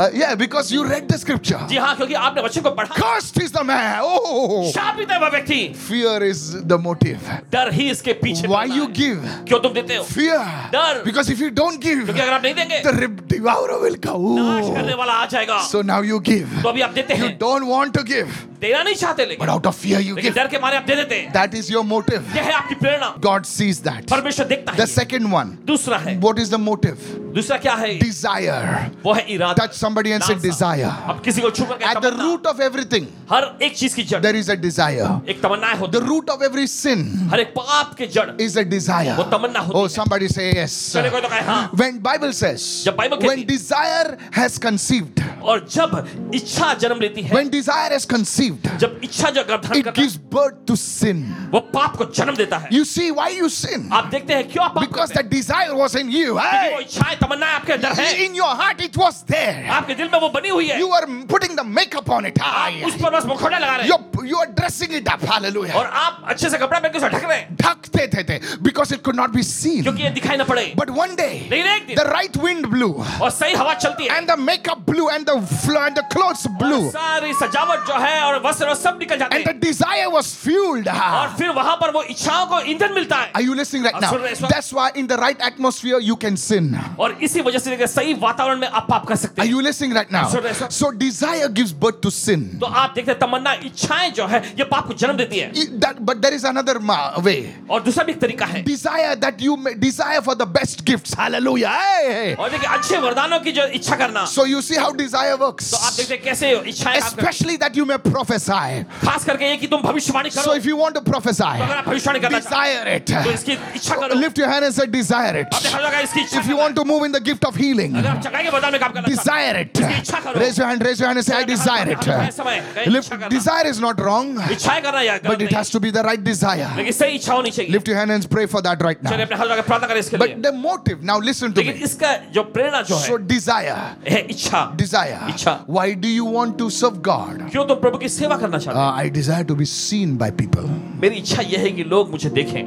Speaker 1: Uh, yeah, because you read the scripture.
Speaker 2: जी हाँ क्योंकि आपने बच्चों को पढ़ा
Speaker 1: Cursed is the man. Oh,
Speaker 2: शापित है वह व्यक्ति
Speaker 1: fear is the motive.
Speaker 2: डर ही इसके पीछे
Speaker 1: Why
Speaker 2: पड़ता
Speaker 1: you
Speaker 2: है।
Speaker 1: give?
Speaker 2: क्यों तुम देते हो
Speaker 1: Fear.
Speaker 2: Dar.
Speaker 1: Because if you don't give,
Speaker 2: क्योंकि अगर आप नहीं देंगे
Speaker 1: the rib- devourer will come.
Speaker 2: नाश करने
Speaker 1: Ooh.
Speaker 2: वाला आ जाएगा
Speaker 1: So now you give.
Speaker 2: तो अभी आप देते
Speaker 1: You
Speaker 2: हैं
Speaker 1: don't want to give,
Speaker 2: देना नहीं चाहते
Speaker 1: but
Speaker 2: लेकिन
Speaker 1: out of fear you
Speaker 2: लेकिन
Speaker 1: give.
Speaker 2: डर के मारे आप दे देते हैं
Speaker 1: That is your motive.
Speaker 2: यह है आपकी प्रेरणा
Speaker 1: God sees that.
Speaker 2: परमेश्वर देखता
Speaker 1: The
Speaker 2: है
Speaker 1: second one.
Speaker 2: दूसरा है
Speaker 1: What is the motive?
Speaker 2: दूसरा क्या है
Speaker 1: Desire.
Speaker 2: वो है इरादा
Speaker 1: Touch somebody and say
Speaker 2: लालसा।
Speaker 1: desire.
Speaker 2: अब किसी को छू करके
Speaker 1: At the
Speaker 2: Tamannaah.
Speaker 1: root of everything,
Speaker 2: हर एक चीज की जड़
Speaker 1: there is a desire.
Speaker 2: एक तमन्ना होती
Speaker 1: The root of every sin
Speaker 2: है। हर एक पाप के जड़
Speaker 1: is a desire.
Speaker 2: वो तमन्ना
Speaker 1: Oh,
Speaker 2: होती है
Speaker 1: somebody say yes.
Speaker 2: चले कोई तो कहे हाँ
Speaker 1: When Bible says,
Speaker 2: जब Bible
Speaker 1: when
Speaker 2: कहती-
Speaker 1: desire has conceived,
Speaker 2: और जब इच्छा जन्म लेती है
Speaker 1: when desire has conceived,
Speaker 2: जब इच्छा जो गर्भधारण
Speaker 1: it
Speaker 2: करता है
Speaker 1: gives birth to sin.
Speaker 2: वो पाप को जन्म देता है
Speaker 1: You see why you sin?
Speaker 2: आप देखते हैं क्यों आप पाप
Speaker 1: Because
Speaker 2: करते
Speaker 1: that desire was in you.
Speaker 2: हैं? क्योंकि
Speaker 1: Hey!
Speaker 2: वो इच्छाएं तमन्नाएं आपके अंदर है
Speaker 1: In your heart, it was there.
Speaker 2: आपके दिल में वो बनी हुई है
Speaker 1: You were putting the makeup on it.
Speaker 2: आप उस
Speaker 1: Aye.
Speaker 2: पर बस मुखौटा लगा रहे हैं
Speaker 1: You're, you're dressing it up.
Speaker 2: और
Speaker 1: Hallelujah.
Speaker 2: आप अच्छे से कपड़ा पहन के उसे ढक रहे हैं
Speaker 1: ढकते थे थे because it could not be seen.
Speaker 2: क्योंकि ये दिखाई ना पड़े
Speaker 1: But one day,
Speaker 2: लेकिन एक
Speaker 1: the
Speaker 2: दिन
Speaker 1: right wind blew,
Speaker 2: और सही हवा चलती है
Speaker 1: and the makeup blew, and the fl- and the clothes
Speaker 2: और
Speaker 1: blew,
Speaker 2: सारी सजावट जो है और वस्त्र और सब निकल जाते
Speaker 1: and the
Speaker 2: हैं
Speaker 1: desire was fueled.
Speaker 2: और
Speaker 1: Ah.
Speaker 2: फिर वहां पर वो इच्छाओं को ईंधन मिलता है
Speaker 1: Are you listening right
Speaker 2: और
Speaker 1: now?
Speaker 2: सुन रहे हैं इस वक्त?
Speaker 1: That's why in the right atmosphere you can sin.
Speaker 2: और इसी वजह से लेकर सही वातावरण में आप पाप कर सकते
Speaker 1: Are
Speaker 2: हैं
Speaker 1: you listening right now?
Speaker 2: सुन रहे हैं इस वक्त?
Speaker 1: So desire gives birth to sin.
Speaker 2: तो आप देखते हैं तमन्ना इच्छाएं जो है ये पाप को जन्म देती है
Speaker 1: It- that- but there is another ma- way.
Speaker 2: और दूसरा भी एक तरीका है
Speaker 1: desire that you may desire for the best gifts. Hallelujah. Hey, hey.
Speaker 2: और देखिए अच्छे वरदानों की जो इच्छा करना
Speaker 1: So you see how desire
Speaker 2: तो आप
Speaker 1: works.
Speaker 2: देखते हैं कैसे इच्छाएं काम करती हैं।
Speaker 1: Especially that you may prophesy.
Speaker 2: खास करके ये कि तुम भविष्यवाणी
Speaker 1: So
Speaker 2: करो
Speaker 1: if you want to
Speaker 2: तो अगर आप
Speaker 1: prophesy,
Speaker 2: भविष्यवाणी करना चाहते
Speaker 1: desire it.
Speaker 2: हो, तो इसकी इच्छा करो
Speaker 1: Lift your hand and say, desire it.
Speaker 2: आपने हर जगह इसकी इच्छा
Speaker 1: If you
Speaker 2: करना
Speaker 1: want to move in the gift of healing,
Speaker 2: है। अगर आप चकाई के वरदान में काम करना चाहते
Speaker 1: desire it.
Speaker 2: इच्छा करो।
Speaker 1: Raise your hand, raise your hand and say, I
Speaker 2: हो, तो
Speaker 1: desire
Speaker 2: आप- आप- आप- आप-
Speaker 1: it.
Speaker 2: समय कहीं इच्छा
Speaker 1: Lift,
Speaker 2: करना।
Speaker 1: desire is not wrong,
Speaker 2: इच्छाएं करना या गलत
Speaker 1: but it
Speaker 2: नहीं।
Speaker 1: has to be the right desire.
Speaker 2: लेकिन सही इच्छा होनी चाहिए
Speaker 1: Lift your hand and pray for that right
Speaker 2: चलिए
Speaker 1: now.
Speaker 2: अपने हर जगह प्रार्थना करें इसके लिए
Speaker 1: But the motive, now listen to
Speaker 2: लेकिन
Speaker 1: me.
Speaker 2: इसका जो प्रेरणा जो है
Speaker 1: So desire.
Speaker 2: है इच्छा
Speaker 1: desire.
Speaker 2: Ichha.
Speaker 1: Why do you want to serve God?
Speaker 2: क्यों तुम प्रभु की सेवा करना
Speaker 1: Uh,
Speaker 2: चाहते
Speaker 1: I desire to be seen by people.
Speaker 2: हो मेरी इच्छा यह है कि लोग मुझे देखें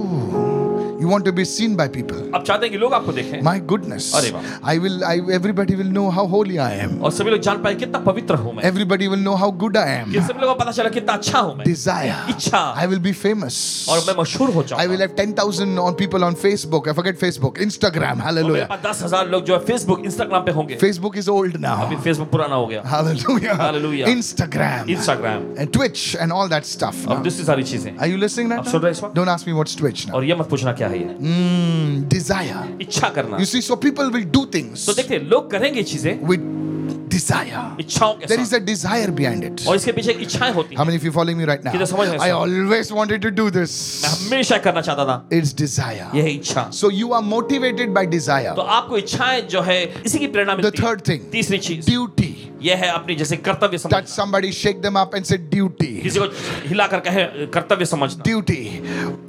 Speaker 1: Oh, you want to be seen by people.
Speaker 2: आप चाहते हैं कि लोग आपको देखें
Speaker 1: My goodness.
Speaker 2: Arre baap.
Speaker 1: I will I everybody will know how holy I am.
Speaker 2: और सभी लोग जान पाए कितना पवित्र हूं मैं
Speaker 1: Everybody will know how good I am.
Speaker 2: कि सभी लोगों को पता चला कितना अच्छा हूं मैं
Speaker 1: Desire.
Speaker 2: Ichha.
Speaker 1: I will be famous.
Speaker 2: और मैं मशहूर हो
Speaker 1: I will
Speaker 2: जाऊंगा
Speaker 1: have 10,000 on people on Facebook. I forget Facebook. Instagram.
Speaker 2: और मेरे
Speaker 1: Hallelujah.
Speaker 2: पास दस हजार लोग जो है फेसबुक इंस्टाग्राम पे होंगे
Speaker 1: Facebook is old
Speaker 2: अभी
Speaker 1: now.
Speaker 2: फेसबुक पुराना हो गया
Speaker 1: Hallelujah.
Speaker 2: Hallelujah.
Speaker 1: Instagram.
Speaker 2: Instagram
Speaker 1: And Twitch and all that stuff.
Speaker 2: और दूसरी सारी चीजें
Speaker 1: Are you listening right
Speaker 2: आप सुन रहे हैं इस
Speaker 1: now?
Speaker 2: वक्त?
Speaker 1: Don't ask me what's Twitch now.
Speaker 2: और ये मत पूछना क्या है ये
Speaker 1: Mm, desire.
Speaker 2: इच्छा करना
Speaker 1: You see, so people will do things
Speaker 2: तो देखते हैं, लोग करेंगे चीजें
Speaker 1: with desire.
Speaker 2: इच्छाओं के
Speaker 1: There is
Speaker 2: साथ
Speaker 1: a desire behind it.
Speaker 2: और इसके पीछे इच्छाएं होती
Speaker 1: How
Speaker 2: हैं
Speaker 1: many of you following me right now?
Speaker 2: किधर समझ रहे हैं
Speaker 1: I
Speaker 2: sir?
Speaker 1: always wanted to do
Speaker 2: मैं
Speaker 1: this.
Speaker 2: हमेशा करना चाहता था
Speaker 1: It's desire.
Speaker 2: यह है इच्छा
Speaker 1: So you are motivated by desire.
Speaker 2: तो आपको इच्छाएं जो है इसी की प्रेरणा
Speaker 1: The
Speaker 2: मिलती है
Speaker 1: third thing,
Speaker 2: तीसरी चीज
Speaker 1: duty.
Speaker 2: यह है अपनी जैसे कर्तव्य समझना
Speaker 1: That somebody shake them up and say duty.
Speaker 2: किसी को हिला कर कहे कर्तव्य समझना
Speaker 1: Duty.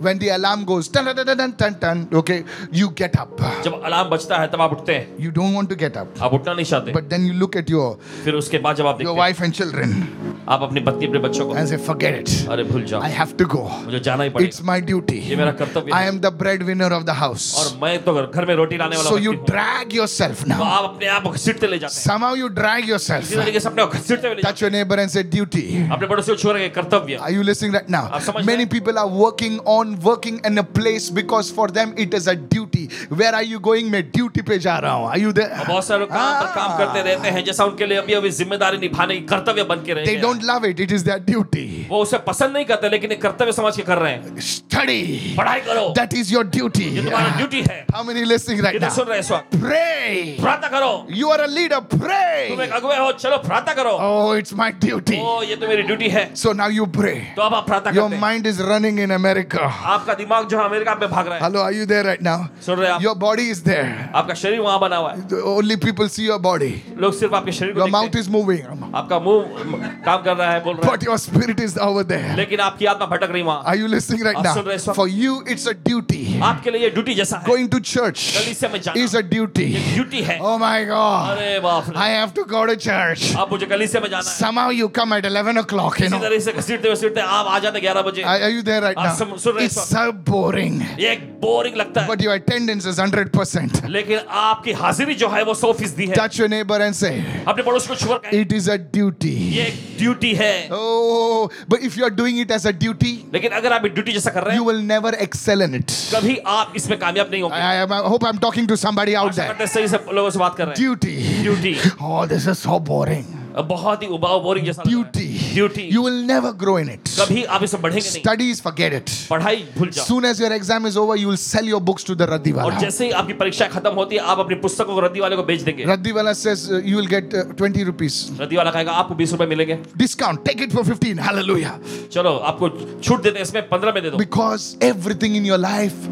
Speaker 1: When the alarm goes, dun, dun, dun, dun, dun, dun, dun, okay, you get up.
Speaker 2: जब अलार्म बजता है तब आप उठते हैं
Speaker 1: You don't want to get up.
Speaker 2: आप उठना नहीं चाहते
Speaker 1: But then you look at your
Speaker 2: फिर उसके बाद जब आप
Speaker 1: your
Speaker 2: देखते
Speaker 1: wife and children
Speaker 2: हैं आप अपनी पत्नी अपने बच्चों को
Speaker 1: and say, forget it.
Speaker 2: अरे भूल
Speaker 1: I
Speaker 2: जाओ
Speaker 1: have to go.
Speaker 2: मुझे जाना ही
Speaker 1: It's
Speaker 2: पड़ेगा
Speaker 1: my
Speaker 2: ये
Speaker 1: duty.
Speaker 2: मेरा कर्तव्य
Speaker 1: I
Speaker 2: है
Speaker 1: am the breadwinner of the house.
Speaker 2: और मैं तो घर- घर में रोटी लाने वाला
Speaker 1: So you
Speaker 2: व्यक्ति हूं।
Speaker 1: drag yourself
Speaker 2: तो
Speaker 1: now.
Speaker 2: आप अपने आप को घसीटते ले जाते हैं
Speaker 1: Somehow you drag yourself.
Speaker 2: इसी तरीके से अपने आप को घसीटते हुए ले जाते
Speaker 1: Touch your neighbor and say, duty.
Speaker 2: हैं अपने बड़ों से छू रहे कर्तव्य
Speaker 1: Are you listening right now?
Speaker 2: आप समझ रहे
Speaker 1: Many
Speaker 2: हैं?
Speaker 1: people are working on working in a place because for them it is a duty. Where are you going? मैं duty पे जा रहा हूँ. Are you there?
Speaker 2: और बहुत सारे लोग काम पर काम करते
Speaker 1: Ah.
Speaker 2: रहते हैं जैसा उनके लिए अभी अभी जिम्मेदारी निभाने की कर्तव्य बन के रहे
Speaker 1: They
Speaker 2: हैं
Speaker 1: don't love it. It is their duty.
Speaker 2: वो उसे पसंद नहीं करते लेकिन ये कर्तव्य समझ के कर रहे हैं
Speaker 1: Study.
Speaker 2: पढ़ाई करो
Speaker 1: That is your duty.
Speaker 2: ये तुम्हारा ड्यूटी है
Speaker 1: How many listening right
Speaker 2: कितने
Speaker 1: now?
Speaker 2: सुन रहे हैं इस वक्त
Speaker 1: Pray.
Speaker 2: प्रार्थना करो
Speaker 1: You are a leader.
Speaker 2: तुम एक
Speaker 1: Pray.
Speaker 2: अगुवे हो चलो प्रार्थना करो
Speaker 1: Oh, it's my duty.
Speaker 2: ओ ये तो मेरी ड्यूटी है
Speaker 1: So now you pray.
Speaker 2: तो अब आप प्रार्थना
Speaker 1: Your
Speaker 2: करते हैं
Speaker 1: mind is running in America.
Speaker 2: आपका दिमाग जो है अमेरिका में भाग रहा है
Speaker 1: Hello, are you there right now?
Speaker 2: सुन रहे हैं
Speaker 1: Your body is there.
Speaker 2: आपका शरीर वहां बना हुआ है
Speaker 1: The only people see your body.
Speaker 2: लोग सिर्फ आपके शरीर को
Speaker 1: Your
Speaker 2: देखते
Speaker 1: mouth
Speaker 2: हैं
Speaker 1: is moving,
Speaker 2: आपका मुंह म, काम कर रहा है बोल रहा
Speaker 1: but your spirit is over
Speaker 2: है
Speaker 1: there.
Speaker 2: लेकिन आपकी आत्मा भटक रही वहां
Speaker 1: Are you listening right
Speaker 2: आप
Speaker 1: now?
Speaker 2: सुन रहे हैं इस वक्त?
Speaker 1: For you, it's a duty.
Speaker 2: आपके लिए ये ड्यूटी जैसा है
Speaker 1: Going to church
Speaker 2: कलीसिया में जाना
Speaker 1: is a duty.
Speaker 2: ड्यूटी है
Speaker 1: Oh my God.
Speaker 2: अरे बाप रे
Speaker 1: I have to go to church.
Speaker 2: अब मुझे कलीसिया में जाना है
Speaker 1: Somehow you come at 11 o'clock, you
Speaker 2: इसी
Speaker 1: know.
Speaker 2: तरह से घसीटते हुए घसीटते आप आ जाते ग्यारह बजे
Speaker 1: Are are you there right now?
Speaker 2: आप सुन- सुन रहे हैं इस
Speaker 1: It's
Speaker 2: वक्त?
Speaker 1: so boring.
Speaker 2: ये एक बोरिंग लगता है
Speaker 1: But your attendance is 100%.
Speaker 2: लेकिन आपकी हाजिरी जो है वो सौ फीसदी है
Speaker 1: Touch your neighbor and say,
Speaker 2: अपने पड़ोस को छुआ कहें,
Speaker 1: It is a duty.
Speaker 2: ये एक ड्यूटी है
Speaker 1: Oh, but if you're doing it as a duty,
Speaker 2: लेकिन अगर आप ड्यूटी जैसा कर रहे
Speaker 1: you
Speaker 2: हैं
Speaker 1: will never excel in it.
Speaker 2: कभी आप इसमें कामयाब नहीं होंगे
Speaker 1: I, I, I hope I'm talking to somebody out
Speaker 2: Asha
Speaker 1: there.
Speaker 2: करते हैं सही से लोगों से बात कर रहे हैं
Speaker 1: Duty.
Speaker 2: Duty
Speaker 1: Oh, this is so boring.
Speaker 2: बहुत ही उबाऊ बोरिंग जैसा
Speaker 1: Duty.
Speaker 2: Duty
Speaker 1: You will never grow in it.
Speaker 2: कभी आप इसमें बढ़ेंगे नहीं
Speaker 1: Studies, forget it.
Speaker 2: पढ़ाई भूल जाओ
Speaker 1: Soon as your exam is over, you will sell your books to the
Speaker 2: और
Speaker 1: Raddiwala.
Speaker 2: जैसे ही आपकी परीक्षा खत्म होती है आप अपनी पुस्तकों को रद्दी वाले को बेच देंगे
Speaker 1: Raddiwala says uh, you will get uh, 20 rupees.
Speaker 2: रद्दी वाला कहेगा आपको बीस रुपए मिलेंगे
Speaker 1: Discount, take it for 15. Hallelujah.
Speaker 2: चलो आपको छूट देते हैं इसमें पंद्रह में दे दो
Speaker 1: Because everything in your life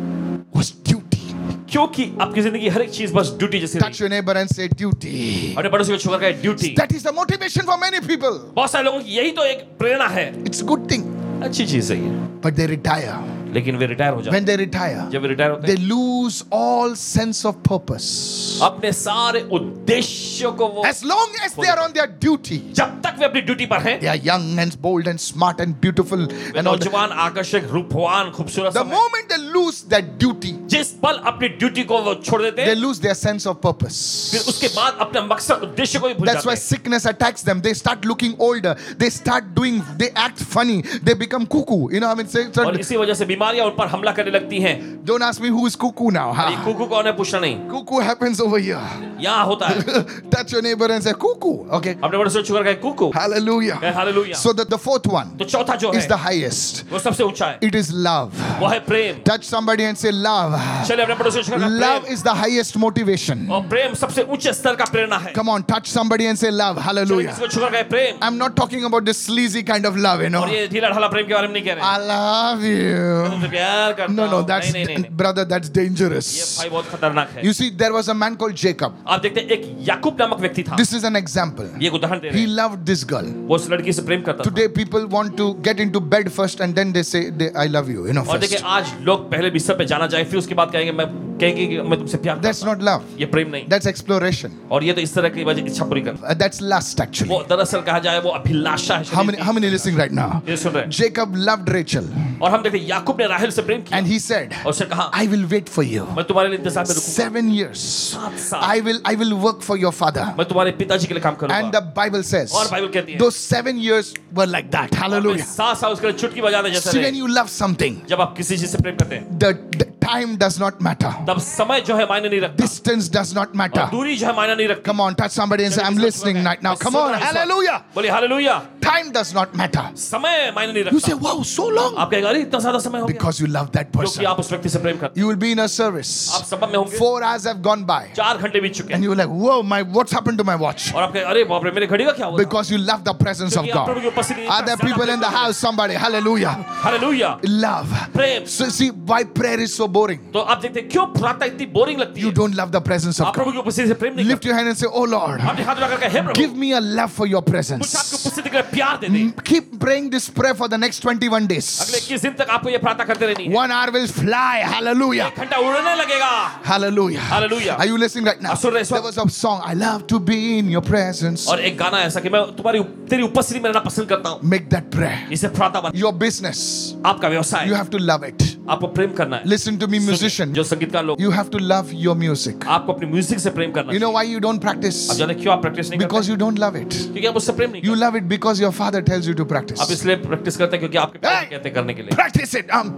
Speaker 1: was duty.
Speaker 2: क्योंकि आपकी जिंदगी की हर एक चीज बस ड्यूटी जैसी रही।
Speaker 1: Touch your neighbor and say duty.
Speaker 2: अपने पड़ोसी को छुआ कहें duty
Speaker 1: That is the motivation for many people.
Speaker 2: बहुत सारे लोगों की यही तो एक प्रेरणा है
Speaker 1: It's a good thing.
Speaker 2: अच्छी चीज है ये
Speaker 1: But they retire.
Speaker 2: लेकिन वे रिटायर हो जाते
Speaker 1: When they retire,
Speaker 2: हैं। जब वे रिटायर होते
Speaker 1: they
Speaker 2: हैं
Speaker 1: lose all sense of purpose.
Speaker 2: अपने सारे उद्देश्यों को वो
Speaker 1: As long as they are on their duty,
Speaker 2: जब तक वे अपनी ड्यूटी पर हैं
Speaker 1: they are young and bold and smart and beautiful and
Speaker 2: way
Speaker 1: all. that.
Speaker 2: नौजवान आकर्षक रूपवान खूबसूरत
Speaker 1: The
Speaker 2: सब हैं।
Speaker 1: moment they lose that duty,
Speaker 2: जिस पल अपनी ड्यूटी को वो छोड़ देते
Speaker 1: they
Speaker 2: हैं
Speaker 1: lose their sense of
Speaker 2: फिर
Speaker 1: purpose.
Speaker 2: उसके बाद अपना मकसद उद्देश्य को भी भूल
Speaker 1: That's
Speaker 2: जाते
Speaker 1: why
Speaker 2: हैं
Speaker 1: sickness attacks them. They start looking older. They start doing. They act funny. They become cuckoo. You know, I mean, say, so
Speaker 2: और इसी वजह से बीमारियां उन पर हमला करने लगती हैं
Speaker 1: don't ask me who is cuckoo now.
Speaker 2: ये
Speaker 1: huh?
Speaker 2: कुकू कौन है पूछना नहीं
Speaker 1: Cuckoo happens over here.
Speaker 2: यहाँ होता है
Speaker 1: Touch your neighbor and say cuckoo. Okay.
Speaker 2: अपने बड़े से शुगर का Kuku
Speaker 1: Hallelujah.
Speaker 2: Hallelujah
Speaker 1: So that the fourth one
Speaker 2: तो चौथा जो
Speaker 1: is
Speaker 2: है
Speaker 1: the highest.
Speaker 2: वो सबसे ऊंचा है
Speaker 1: It is love.
Speaker 2: वो है प्रेम
Speaker 1: Touch somebody and say love.
Speaker 2: चलिए अपने पड़ोसी को छुड़कर
Speaker 1: Love
Speaker 2: Prem
Speaker 1: is the highest motivation.
Speaker 2: और प्रेम सबसे ऊंचे स्तर का प्रेरणा है
Speaker 1: Come on, touch somebody and say love.
Speaker 2: चलिए
Speaker 1: Hallelujah. Oh.
Speaker 2: किसी को छुड़कर गए प्रेम
Speaker 1: I'm not talking about this sleazy kind of love, you know.
Speaker 2: और ये ढीला ढाला प्रेम के बारे में नहीं कह रहे हैं।
Speaker 1: I love you.
Speaker 2: तुमसे प्यार करता
Speaker 1: No, no,
Speaker 2: हूं।
Speaker 1: that's
Speaker 2: नहीं नहीं नहीं नहीं।
Speaker 1: brother, that's
Speaker 2: ये
Speaker 1: dangerous.
Speaker 2: भाई बहुत खतरनाक है
Speaker 1: You see, there was a man called Jacob.
Speaker 2: आप देखते हैं एक याकूब नामक व्यक्ति था
Speaker 1: This is an example.
Speaker 2: ये एक उदाहरण दे रहे
Speaker 1: He
Speaker 2: हैं।
Speaker 1: loved this girl.
Speaker 2: वो उस लड़की से प्रेम करता था
Speaker 1: Today, people want to get into bed first and then they say, they, I love you, you know,
Speaker 2: और देखिए
Speaker 1: first.
Speaker 2: आज लोग पहले बिस्तर पे जाना चाहे फिर उसके बाद कहेंगे मैं कहेंगे कि मैं तुमसे प्यार
Speaker 1: That's
Speaker 2: करता
Speaker 1: not love,
Speaker 2: हूं। ये प्रेम नहीं
Speaker 1: that's exploration.
Speaker 2: और ये तो इस तरह की वजह इच्छा पूरी करता
Speaker 1: Uh, that's lust,
Speaker 2: है।
Speaker 1: actually.
Speaker 2: वो दरअसल कहा जाए वो अभिलाषा है
Speaker 1: How
Speaker 2: शरीर
Speaker 1: many, how many listening right now?
Speaker 2: की। ये सुन रहे हैं।
Speaker 1: Jacob loved Rachel
Speaker 2: और हम देखते हैं याकूब ने राहल से प्रेम किया
Speaker 1: and he said,
Speaker 2: और उसने कहा
Speaker 1: I will wait for you.
Speaker 2: मैं तुम्हारे लिए इंतजार में रुकूंगा
Speaker 1: Seven years.
Speaker 2: सात साल
Speaker 1: I will I will work for your father.
Speaker 2: मैं तुम्हारे पिताजी के लिए काम
Speaker 1: And
Speaker 2: करूंगा
Speaker 1: the Bible says
Speaker 2: और बाइबल कहती है
Speaker 1: those seven years were like that.
Speaker 2: मैं
Speaker 1: Hallelujah.
Speaker 2: सात साल उसके लिए चुटकी बजाने जैसे
Speaker 1: See, when
Speaker 2: रहे।
Speaker 1: you love something,
Speaker 2: जब आप किसी चीज से प्रेम करते हैं
Speaker 1: the, the time does not matter.
Speaker 2: तब समय जो है मायने नहीं रखता
Speaker 1: Distance does not matter.
Speaker 2: और दूरी जो है मायने नहीं रखता
Speaker 1: Come on, touch somebody and say, I'm listening right now. Come on, hallelujah.
Speaker 2: बोले hallelujah
Speaker 1: Time does not matter.
Speaker 2: समय मायने नहीं
Speaker 1: You
Speaker 2: रखता
Speaker 1: say, wow, so long.
Speaker 2: आप कहेंगे अरे इतना ज्यादा समय हो गया
Speaker 1: Because you love that person.
Speaker 2: क्योंकि आप उस व्यक्ति से प्रेम करते
Speaker 1: You will be in a
Speaker 2: हैं। आप
Speaker 1: service.
Speaker 2: सब में होंगे
Speaker 1: Four hours have gone by.
Speaker 2: चार घंटे बीत चुके
Speaker 1: And
Speaker 2: हैं
Speaker 1: you're like, whoa, my what's happened to my watch?
Speaker 2: और आप कहें अरे बाप रे मेरे घड़ी का क्या हुआ
Speaker 1: Because you love the presence of
Speaker 2: क्योंकि आप प्रभु
Speaker 1: God.
Speaker 2: की उपस्थिति
Speaker 1: Are there people in the house? Somebody, hallelujah.
Speaker 2: Hallelujah
Speaker 1: Love.
Speaker 2: Prem
Speaker 1: So see why prayer is so boring.
Speaker 2: तो आप देखते हैं क्यों प्रार्थना इतनी बोरिंग लगती
Speaker 1: You
Speaker 2: है
Speaker 1: don't love the presence of
Speaker 2: आप
Speaker 1: God.
Speaker 2: प्रभु की उपस्थिति से प्रेम नहीं
Speaker 1: Lift your hand and say, Oh Lord,
Speaker 2: करते। आपने हाथ उठाकर कहा हे प्रभु
Speaker 1: give Mm. me a love for your
Speaker 2: मुझे आपकी
Speaker 1: presence.
Speaker 2: उपस्थिति के लिए प्यार दे दे
Speaker 1: Keep praying this prayer for the next 21
Speaker 2: अगले
Speaker 1: days.
Speaker 2: इक्कीस दिन तक आपको ये प्रार्थना करते रहनी है
Speaker 1: One hour will fly. Hallelujah.
Speaker 2: एक घंटा उड़ने लगेगा
Speaker 1: Hallelujah.
Speaker 2: Hallelujah.
Speaker 1: Are you listening right now?
Speaker 2: आप सुन रहे हैं इस
Speaker 1: There
Speaker 2: वक्त?
Speaker 1: was a song, I love to be in your presence.
Speaker 2: और एक गाना ऐसा कि मैं तुम्हारी तेरी उपस्थिति में रहना पसंद करता हूँ
Speaker 1: Make that prayer.
Speaker 2: इसे प्रार्थना बना
Speaker 1: Your business,
Speaker 2: आपका व्यवसाय
Speaker 1: you have to love it.
Speaker 2: आपको प्रेम करना है
Speaker 1: Listen to me, musician.
Speaker 2: जो संगीतकार लोग
Speaker 1: You have to love your music.
Speaker 2: आपको अपनी म्यूजिक से प्रेम करना
Speaker 1: You know
Speaker 2: चाहिए।
Speaker 1: why you don't
Speaker 2: आप
Speaker 1: practice?
Speaker 2: जाने क्यों आप प्रैक्टिस नहीं करते
Speaker 1: Because you don't love it.
Speaker 2: क्योंकि आप उससे प्रेम नहीं
Speaker 1: You
Speaker 2: करते
Speaker 1: love it because your father tells you to practice.
Speaker 2: आप इसलिए प्रैक्टिस करते हैं क्योंकि आपके पिता
Speaker 1: Hey!
Speaker 2: कहते हैं करने के लिए
Speaker 1: Practice it. Um,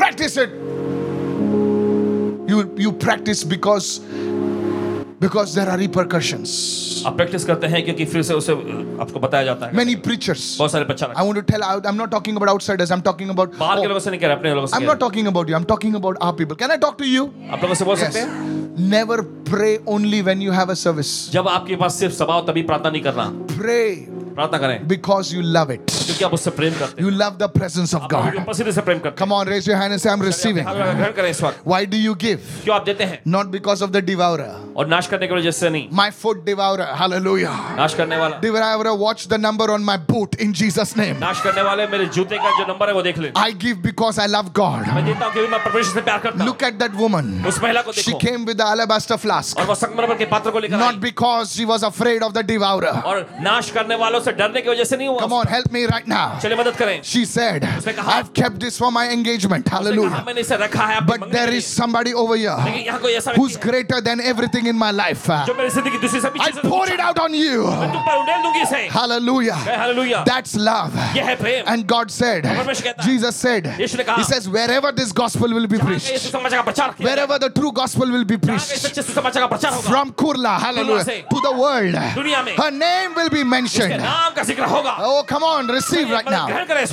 Speaker 1: practice it. You you practice because because there are repercussions.
Speaker 2: आप प्रैक्टिस करते हैं क्योंकि फिर से उसे अ, आपको बताया जाता है
Speaker 1: Many preachers.
Speaker 2: बहुत सारे बच्चा
Speaker 1: I
Speaker 2: लगता है।
Speaker 1: want to tell. out- I'm not talking about outsiders. I'm talking about.
Speaker 2: बाहर के
Speaker 1: oh,
Speaker 2: लोगों से नहीं कह रहे अपने लोगों से
Speaker 1: I'm
Speaker 2: कह
Speaker 1: not talking about you. I'm talking about our people. Can I talk to you?
Speaker 2: रहे। आप लोगों से बोल सकते हैं
Speaker 1: Never pray only when you have a service.
Speaker 2: जब आपके पास सिर्फ सभा हो, तभी प्रार्थना नहीं करना
Speaker 1: Pray
Speaker 2: प्रार्थना करें
Speaker 1: because you love it.
Speaker 2: क्योंकि आप उससे प्रेम करते हैं
Speaker 1: You love the presence of
Speaker 2: आप प्रभु की
Speaker 1: God.
Speaker 2: उपस्थिति से प्रेम करते
Speaker 1: Come on, raise your hand and say, I'm
Speaker 2: हैं
Speaker 1: receiving.
Speaker 2: हाथ लगाकर ग्रहण करें इस वक्त
Speaker 1: Why do you give?
Speaker 2: क्यों आप देते हैं
Speaker 1: Not because of the devourer.
Speaker 2: और नाश करने की वजह से नहीं
Speaker 1: My foot devourer. Hallelujah.
Speaker 2: नाश करने वाला
Speaker 1: Devourer, watch the number on my boot in Jesus' name.
Speaker 2: नाश करने वाले मेरे जूते का जो नंबर है वो देख लें
Speaker 1: I give because I love God.
Speaker 2: मैं देता हूँ क्योंकि मैं परमेश्वर से प्यार करता हूँ
Speaker 1: Look at that woman.
Speaker 2: उस महिला को
Speaker 1: She
Speaker 2: देखो
Speaker 1: came with the alabaster flask.
Speaker 2: और वो संगमरमर के पात्र को लेकर
Speaker 1: Not
Speaker 2: I
Speaker 1: because she was afraid of the devourer.
Speaker 2: और नाश करने वालों से डरने की वजह से नहीं
Speaker 1: Come
Speaker 2: हुआ
Speaker 1: on, help me right now.
Speaker 2: चले मदद करें उसने
Speaker 1: She said,
Speaker 2: कहा-
Speaker 1: I've kept this for my engagement.
Speaker 2: कहा,
Speaker 1: Hallelujah.
Speaker 2: मैंने इसे रखा है आपकी
Speaker 1: But
Speaker 2: मंगनी के
Speaker 1: there
Speaker 2: लिए।
Speaker 1: is somebody over here
Speaker 2: लेकिन यहाँ कोई ऐसा
Speaker 1: who's
Speaker 2: व्यक्ति है
Speaker 1: greater than everything in my life.
Speaker 2: जो मेरी जिंदगी दूसरी सभी
Speaker 1: I
Speaker 2: चीजों से
Speaker 1: pour it out on you.
Speaker 2: मैं तुम पर उंडेल दूंगी इसे
Speaker 1: Hallelujah.
Speaker 2: Hallelujah
Speaker 1: That's love.
Speaker 2: यह है प्रेम
Speaker 1: And God said, Jesus said, He says, wherever this gospel will be
Speaker 2: जहाँ का ये
Speaker 1: preached,
Speaker 2: सुसमाचार का प्रचार किया जाएगा,
Speaker 1: wherever the true gospel will be
Speaker 2: जहाँ का ये
Speaker 1: preached,
Speaker 2: सच्चे सुसमाचार का प्रचार होगा
Speaker 1: from Kurla, hallelujah, to the world,
Speaker 2: दुनिया में
Speaker 1: her name will be
Speaker 2: उसके
Speaker 1: mentioned.
Speaker 2: नाम का जिक्र होगा
Speaker 1: Oh, come on, receive right now.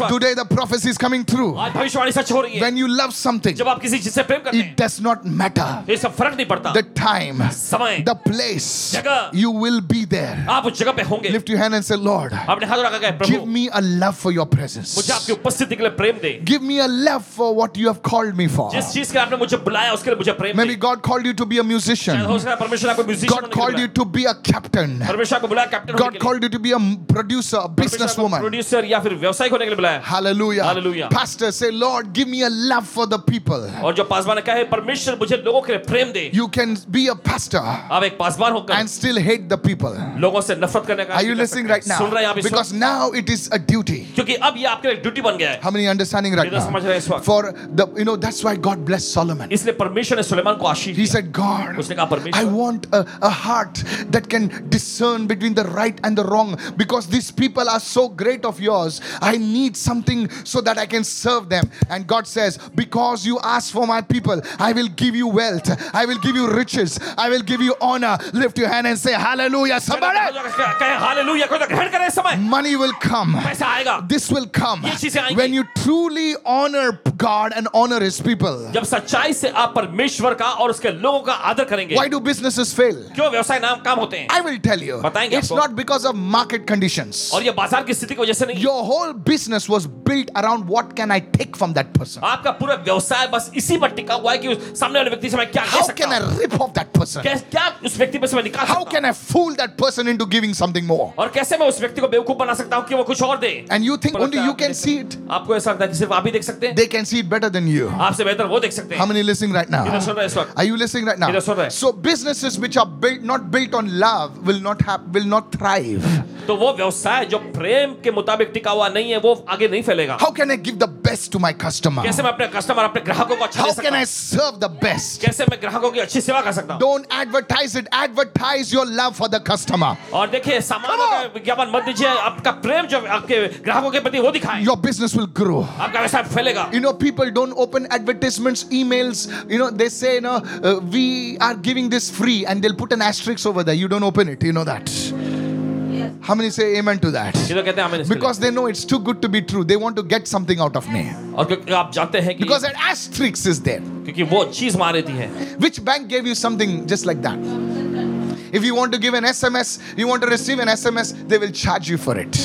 Speaker 1: Today, the prophecy is coming through.
Speaker 2: आज भविष्यवाणी सच हो रही है
Speaker 1: When you love something,
Speaker 2: जब आप किसी चीज से प्रेम करते
Speaker 1: it
Speaker 2: हैं
Speaker 1: does not matter
Speaker 2: तो इसका फर्क नहीं पड़ता
Speaker 1: the time,
Speaker 2: समय
Speaker 1: the place,
Speaker 2: जगह।
Speaker 1: you will be there.
Speaker 2: आप उस जगह पे होंगे
Speaker 1: Lift your hand and say, Lord,
Speaker 2: आपने हाथ लगा कहा
Speaker 1: give
Speaker 2: Prabhu
Speaker 1: me a love for your
Speaker 2: मुझे
Speaker 1: presence.
Speaker 2: आपकी उपस्थिति के लिए प्रेम दे
Speaker 1: Give me a love for what you have called me for.
Speaker 2: जिस चीज के लिए आपने मुझे बुलाया उसके लिए मुझे प्रेम
Speaker 1: Maybe
Speaker 2: they
Speaker 1: God called you to be a
Speaker 2: शायद
Speaker 1: musician.
Speaker 2: हो सकता है परमेश्वर आपको
Speaker 1: God called you
Speaker 2: musician
Speaker 1: to be a captain.
Speaker 2: परमेश्वर आपको बुलाया कैप्टन होने
Speaker 1: God
Speaker 2: के लिए
Speaker 1: called you to be a m- producer, a businesswoman.
Speaker 2: Producer या फिर व्यवसायिक होने के लिए बुलाया
Speaker 1: Hallelujah.
Speaker 2: Hallelujah.
Speaker 1: Pastor, say, Lord, give me a love for the people.
Speaker 2: और जो पासवान ने कहा है परमेश्वर मुझे लोगों के लिए प्रेम दे
Speaker 1: You can be a pastor
Speaker 2: आप एक पासवान होकर
Speaker 1: and still hate the people.
Speaker 2: लोगों से नफरत करने का
Speaker 1: Are you
Speaker 2: कर
Speaker 1: listening
Speaker 2: सकते
Speaker 1: right
Speaker 2: हैं। सुन रहे हैं
Speaker 1: now?
Speaker 2: आप इस
Speaker 1: Because
Speaker 2: वक्त?
Speaker 1: now it is a duty.
Speaker 2: क्योंकि अब ये आपके लिए ड्यूटी बन गया है
Speaker 1: How many understanding right
Speaker 2: मेरा
Speaker 1: now?
Speaker 2: समझ रहे हैं इस वक्त।
Speaker 1: For the you know that's why God blessed Solomon.
Speaker 2: इसलिए परमेश्वर ने सुलेमान को
Speaker 1: He
Speaker 2: आशीष दिया
Speaker 1: said, God,
Speaker 2: उसने कहा
Speaker 1: I
Speaker 2: परमेश्वर
Speaker 1: want a, a heart that can discern between the right and the wrong because these people are so great of yours. I need something so that I can serve them. And God says, Because you asked for my people, I will give you wealth, I will give you riches, I will give you honor. Lift your hand and say, Hallelujah. Somebody,
Speaker 2: कहे हालेलूया कोई तो ग्रहण करे इस समय
Speaker 1: money will come.
Speaker 2: पैसा आएगा
Speaker 1: This will come
Speaker 2: ये चीजें आएंगी।
Speaker 1: when you truly honor God and honor His people.
Speaker 2: जब सच्चाई से आप परमेश्वर का और उसके लोगों का आदर करेंगे
Speaker 1: Why do businesses fail?
Speaker 2: क्यों व्यवसाय नाम काम होते हैं
Speaker 1: I will tell you.
Speaker 2: बताएंगे
Speaker 1: It's
Speaker 2: आपको।
Speaker 1: not because of market conditions.
Speaker 2: और ये बाजार की स्थिति की वजह से नहीं
Speaker 1: Your whole business was built around what can I take from that person?
Speaker 2: आपका पूरा व्यवसाय बस इसी पर टिका हुआ है कि उस सामने वाले व्यक्ति से मैं क्या ले
Speaker 1: How
Speaker 2: सकता
Speaker 1: can
Speaker 2: हूं?
Speaker 1: I rip off that person?
Speaker 2: कैस- क्या उस व्यक्ति पर से मैं निकाल
Speaker 1: How
Speaker 2: सकता
Speaker 1: can I fool that person into giving something more?
Speaker 2: हूं? और कैसे मैं उस व्यक्ति को बेवकूफ बना सकता हूँ कि वो कुछ और दे
Speaker 1: And you think
Speaker 2: पर
Speaker 1: only
Speaker 2: लगता है
Speaker 1: you
Speaker 2: आप ही
Speaker 1: can
Speaker 2: देख
Speaker 1: see it?
Speaker 2: आपको ऐसा लगता है कि सिर्फ आप ही देख सकते हैं
Speaker 1: They can see it better than you.
Speaker 2: आपसे बेहतर वो देख सकते
Speaker 1: How
Speaker 2: हैं
Speaker 1: many listening right
Speaker 2: इधर
Speaker 1: now?
Speaker 2: सुन रहे हैं इस वक्त
Speaker 1: Are you listening right
Speaker 2: इधर सुन रहे
Speaker 1: now?
Speaker 2: हैं।
Speaker 1: So businesses which are built not built on love will not have will not thrive.
Speaker 2: तो वो व्यवसाय जो प्रेम के मुताबिक टिका हुआ नहीं है वो आगे नहीं फैलेगा
Speaker 1: How can I give the best to my customer?
Speaker 2: कैसे मैं अपने कस्टमर अपने ग्राहकों को अच्छा दे
Speaker 1: How
Speaker 2: सकता
Speaker 1: can I
Speaker 2: हूं?
Speaker 1: serve the best?
Speaker 2: कैसे मैं ग्राहकों की अच्छी सेवा कर सकता हूँ
Speaker 1: Don't advertise it. Advertise your love for the customer.
Speaker 2: और देखिए सामान
Speaker 1: Come on!
Speaker 2: का विज्ञापन मत दीजिए आपका प्रेम जो आपके ग्राहकों के प्रति वो दिखाए
Speaker 1: Your business will grow.
Speaker 2: आपका व्यवसाय फैलेगा
Speaker 1: You know, people don't open advertisements, emails. You know, they say, you know, uh, we are giving this free, and they'll put an asterisk over there. You don't open it. You know that. How many say amen to
Speaker 2: ये
Speaker 1: that?
Speaker 2: तो कहते हैं हमें इसके लिए।
Speaker 1: Because they know it's too good to be true. They want to get something out of me.
Speaker 2: और क्योंकि आप जानते हैं कि
Speaker 1: Because that asterisk is there.
Speaker 2: क्योंकि वो चीज मार देती है
Speaker 1: Which bank gave you something just like that? If you want to give an SMS, you want to receive an SMS, they will charge you for it.